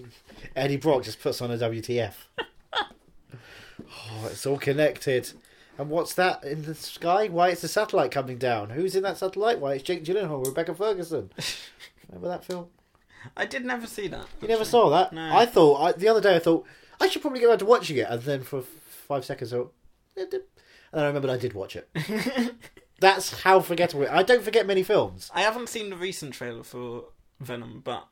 S2: <laughs>
S1: Eddie Brock just puts on a WTF.
S2: <laughs>
S1: oh, it's all connected. And what's that in the sky? Why it's a satellite coming down? Who's in that satellite? Why it's Jake Gyllenhaal, Rebecca
S2: <laughs>
S1: Ferguson. Remember that film?
S2: I did never see that.
S1: You never saw that?
S2: No.
S1: I thought I, the other day. I thought I should probably get around to watching it, and then for f- five seconds, I thought, "Eh, dip." and then I remembered I did watch
S2: <laughs>
S1: it. That's how forgettable. it- I don't forget many films.
S2: I haven't seen the recent trailer for Venom, but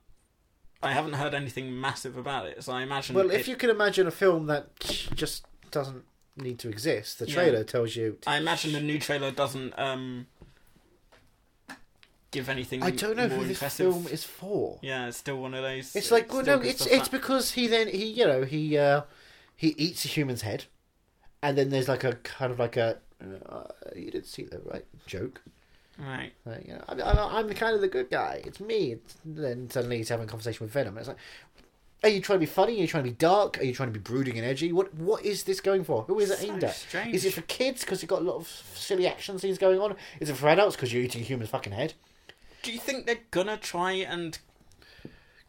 S2: I haven't heard anything massive about it. So I imagine.
S1: Well,
S2: Mm, it-
S1: if you can imagine a film that just doesn't need to exist, the
S2: Yeah.
S1: trailer tells you.
S2: I imagine the new trailer doesn't um give anything.
S1: I don't know
S2: more
S1: who this
S2: impressive.
S1: film is for.
S2: Yeah, it's still one of those. uh,
S1: It's like well,
S2: still
S1: no,
S2: good
S1: it's
S2: stuff
S1: it's
S2: that-
S1: because he then he you know he uh, he eats a human's head, and then there's like a kind of like a uh, you didn't see that right joke.
S2: right.
S1: Like, you know, I'm, I'm, I'm the kind of the good guy. It's me. It's, then suddenly he's having a conversation with Venom. It's like, are you trying to be funny? Are you trying to be dark? Are you trying to be brooding and edgy? What What is this going for? Who is it
S2: So
S1: aimed at?
S2: strange.
S1: Is it for kids because it's got a lot of silly action scenes going on? Is it for adults because you're eating a human's fucking head?
S2: Do you think they're gonna try and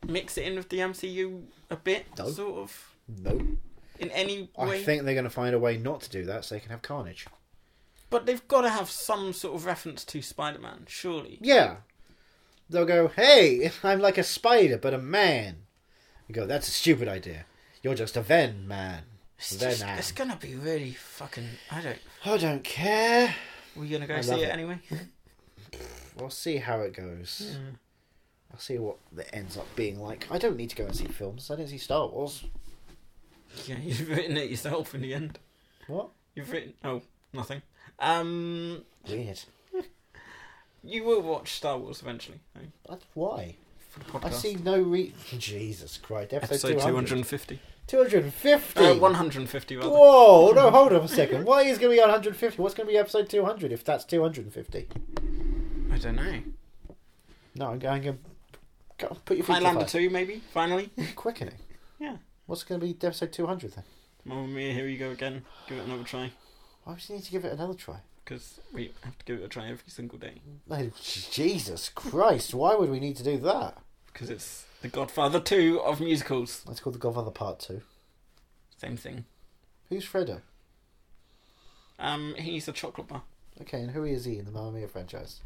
S2: mix it in with the MCU a bit,
S1: No.
S2: sort of,
S1: No.
S2: in any
S1: I
S2: way?
S1: think they're going to find a way not to do that so they can have carnage.
S2: But they've got to have some sort of reference to Spider-Man, surely.
S1: Yeah. They'll go, hey, <laughs> I'm like a spider, but a man. You go, that's a stupid idea. You're just a Ven man.
S2: It's,
S1: Ven
S2: just- it's gonna be really fucking. I don't.
S1: I don't care.
S2: We're gonna go
S1: I
S2: see
S1: love
S2: it,
S1: it.
S2: anyway.
S1: We'll see how it
S2: Hmm.
S1: goes. I'll see what it ends up being like. I don't need to go and see films. I don't see Star Wars.
S2: <laughs> yeah, you've written it yourself in the end.
S1: What?
S2: You've written. Oh, nothing. Um,
S1: Weird.
S2: you will watch Star Wars eventually. though,
S1: That's why.
S2: For the
S1: I
S2: podcast.
S1: see no re. Jesus Christ. Episode,
S2: Episode
S1: 200.
S2: 250.
S1: 250.
S2: Uh, 150, rather.
S1: Whoa, no, hold on a second. Why is going to be 150? What's going to be episode 200 if that's 250?
S2: I don't know.
S1: No, I'm going to put your feet to the
S2: Highlander
S1: fire.
S2: 2, maybe? Finally?
S1: Quickening.
S2: yeah.
S1: What's going to be episode 200 then?
S2: Mamma Mia, here you go again. Give it another try.
S1: Why would you need to give it another try?
S2: Because we have to give it a try every single day.
S1: No, Jesus Christ, why would we need to do that?
S2: Because it's The Godfather 2 of musicals.
S1: That's called The Godfather Part 2.
S2: Same thing.
S1: Who's Fredo?
S2: Um, He's a chocolate bar.
S1: Okay, and who is he in the Mamma Mia franchise?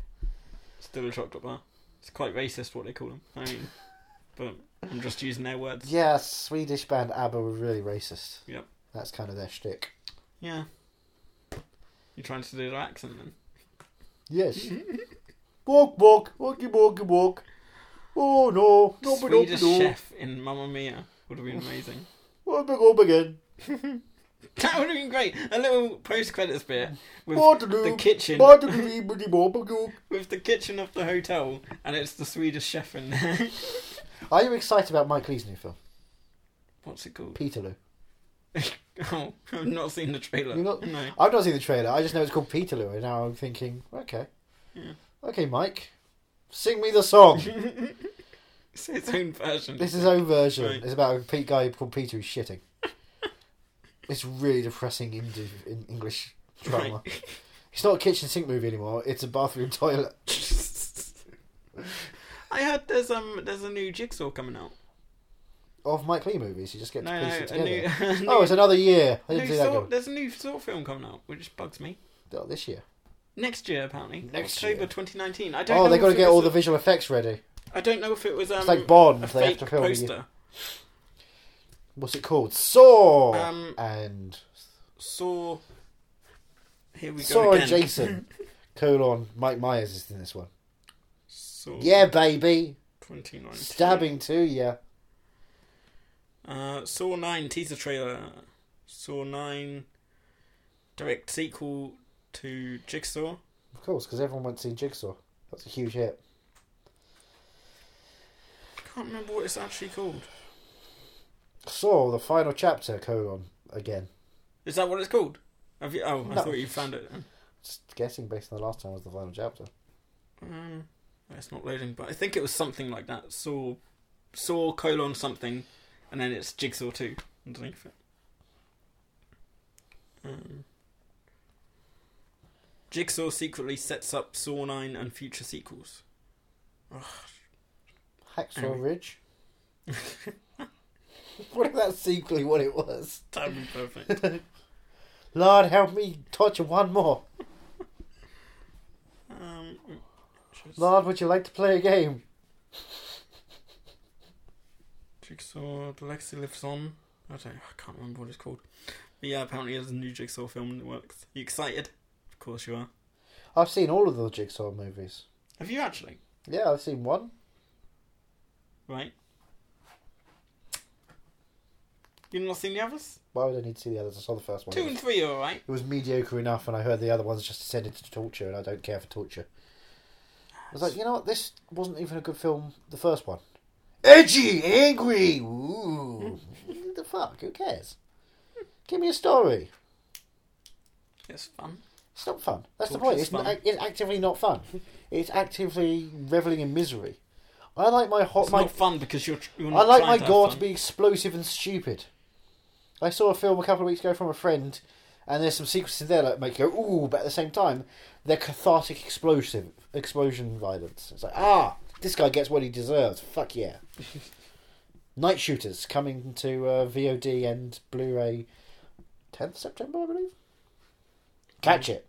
S2: Still a chocolate bar. It's quite racist what they call them. I mean, but I'm just using their words.
S1: Yeah, Swedish band ABBA were really racist.
S2: Yep.
S1: That's kind of their shtick.
S2: Yeah. You're trying to do their accent then?
S1: Yes. <laughs> walk, walk, walky, walky, walk. Oh no, no, but
S2: Swedish
S1: no,
S2: chef in Mamma Mia would have been amazing. <laughs>
S1: Up, up again.
S2: that would have been great. A little post-credits bit with
S1: Waterloo,
S2: the kitchen,
S1: Waterloo, biddy, bobble, gook.
S2: with the kitchen of the hotel, and it's the Swedish chef in there. <laughs>
S1: Are you excited about Mike Lee's new film,
S2: What's it called? <laughs>
S1: Peterloo?
S2: oh, I've not seen the trailer.
S1: You're not-
S2: No.
S1: I've not seen the trailer. I just know it's called Peterloo, and now I'm thinking, okay, okay, Mike, sing me the
S2: <laughs>
S1: song.
S2: It's its own version.
S1: this is his own version.
S2: Right.
S1: It's about a pe- guy called Peter who's shitting. <laughs> it's really depressing Indi- in English drama. It's not a kitchen sink movie anymore. It's a bathroom toilet.
S2: I heard there's um there's a new jigsaw coming out.
S1: Of Mike Lee movies, you just get to
S2: No,
S1: piece
S2: no,
S1: it
S2: a new,
S1: together.
S2: a new, <laughs>
S1: oh, it's another year. I
S2: new
S1: didn't see that
S2: Saw-
S1: coming.
S2: there's a new Saw film coming out, which bugs me.
S1: Oh, this year.
S2: Next year, apparently.
S1: Next
S2: October
S1: year.
S2: 2019. I don't
S1: Oh,
S2: know
S1: they got to
S2: if it
S1: get
S2: was
S1: all
S2: a-
S1: the visual effects ready.
S2: I don't know if it was. Um,
S1: like Bond,
S2: A
S1: they have
S2: fake
S1: to film it.
S2: poster.
S1: What's it called? Saw
S2: Um,
S1: and
S2: Saw. Here we go
S1: Saw
S2: again.
S1: and
S2: <laughs>
S1: Jason. colon Mike Myers is in this one.
S2: Saw
S1: Yeah, baby,
S2: 2019.
S1: stabbing too. Yeah,
S2: Uh, Saw 9 teaser trailer. Saw 9 direct sequel to Jigsaw.
S1: of course, because everyone went to see Jigsaw. That's a huge hit.
S2: I can't remember what it's actually called.
S1: Saw the final chapter. Colon again.
S2: Is that what it's called? Have you? Oh, I
S1: No.
S2: thought you found it. then.
S1: Just guessing based on the last time was the final chapter.
S2: Um, it's not loading, but I think it was something like that. Saw, saw colon something, and then it's Jigsaw two underneath it. Um, Jigsaw secretly sets up Saw nine and future sequels.
S1: Hacksaw
S2: Anyway. <laughs>
S1: Ridge. <laughs> what if that's secretly what it was?
S2: That would be perfect.
S1: Lord, help me torture one more.
S2: um, just-
S1: Lord, would you like to play a game?
S2: Jigsaw, The Legacy Lives On. I don't. I can't remember what it's called. But yeah, apparently there's a new Jigsaw film in the works. You excited? Of course you are.
S1: I've seen all of the Jigsaw movies.
S2: Have you actually?
S1: Yeah, I've seen one.
S2: Right. You've not seen the others?
S1: Why would I need to see the others? I saw the first one.
S2: Two
S1: It
S2: and
S1: was,
S2: three are alright.
S1: it was mediocre enough, and I heard the other ones just descended to torture, and I don't care for torture. I was like, you know what? This wasn't even a good film. The first one, edgy, angry. Ooh, <laughs> the fuck? Who cares? Give me a story.
S2: It's fun.
S1: It's not fun. That's the
S2: Torture's
S1: point. It's,
S2: fun.
S1: n- it's actively not fun. It's actively reveling in misery. I like my hot
S2: It's
S1: my
S2: not fun because you're, tr- you're
S1: I
S2: not
S1: like my
S2: trying
S1: gore
S2: have
S1: to
S2: fun.
S1: be explosive and stupid. I saw a film a couple of weeks ago from a friend, and there's some sequences in there that make you go ooh, but at the same time, they're cathartic explosive explosion violence. It's like ah, this guy gets what he deserves. Fuck
S2: <laughs>
S1: yeah. Night Shooters coming to uh, VOD and Blu-ray, 10th September, I believe.
S2: Mm.
S1: Catch it.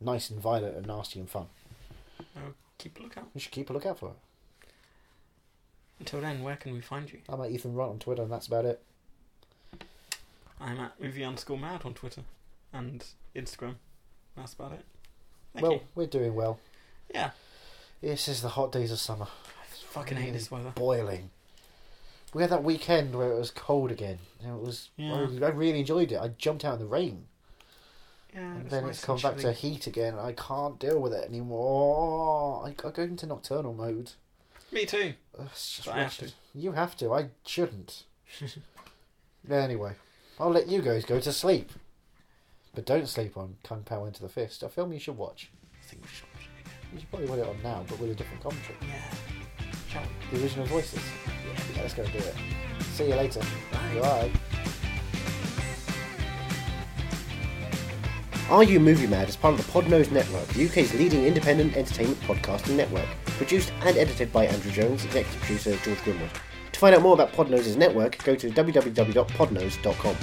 S1: Nice and violent and nasty and fun.
S2: Oh, keep a lookout.
S1: You should keep a lookout for it.
S2: Until then, where can we find you?
S1: I'm at Ethan Runt on Twitter, and that's about it.
S2: I'm at movie underscore mad on Twitter and Instagram. That's about it. Thank
S1: well,
S2: you.
S1: we're doing well.
S2: Yeah.
S1: This is the hot days of summer.
S2: I fucking hate this weather.
S1: Boiling. We had that weekend where it was cold again. And it was.
S2: Yeah.
S1: I, I really enjoyed it. I jumped out in the rain.
S2: Yeah.
S1: And then
S2: nice
S1: it's come
S2: and
S1: back to
S2: chilly.
S1: heat again. and I can't deal with it anymore. I, I go into nocturnal mode.
S2: Me too.
S1: Ugh, It's just
S2: But I have
S1: wretched. You have to. I
S2: <laughs>
S1: shouldn't. anyway, I'll let you guys go to sleep. But don't sleep on Kung Pao Into the Fist, a film you should watch.
S2: I think we should.
S1: You should probably want it on now, but with a different commentary.
S2: Yeah. Shall we?
S1: The original voices. Yeah, let's go do it. See you later. Bye. Are You Movie Mad is part of the Podnose Network, the UK's leading independent entertainment podcasting network, produced and edited by Andrew Jones, executive producer George Grimwood. To find out more about Podnose's network, go to www.podnose.com.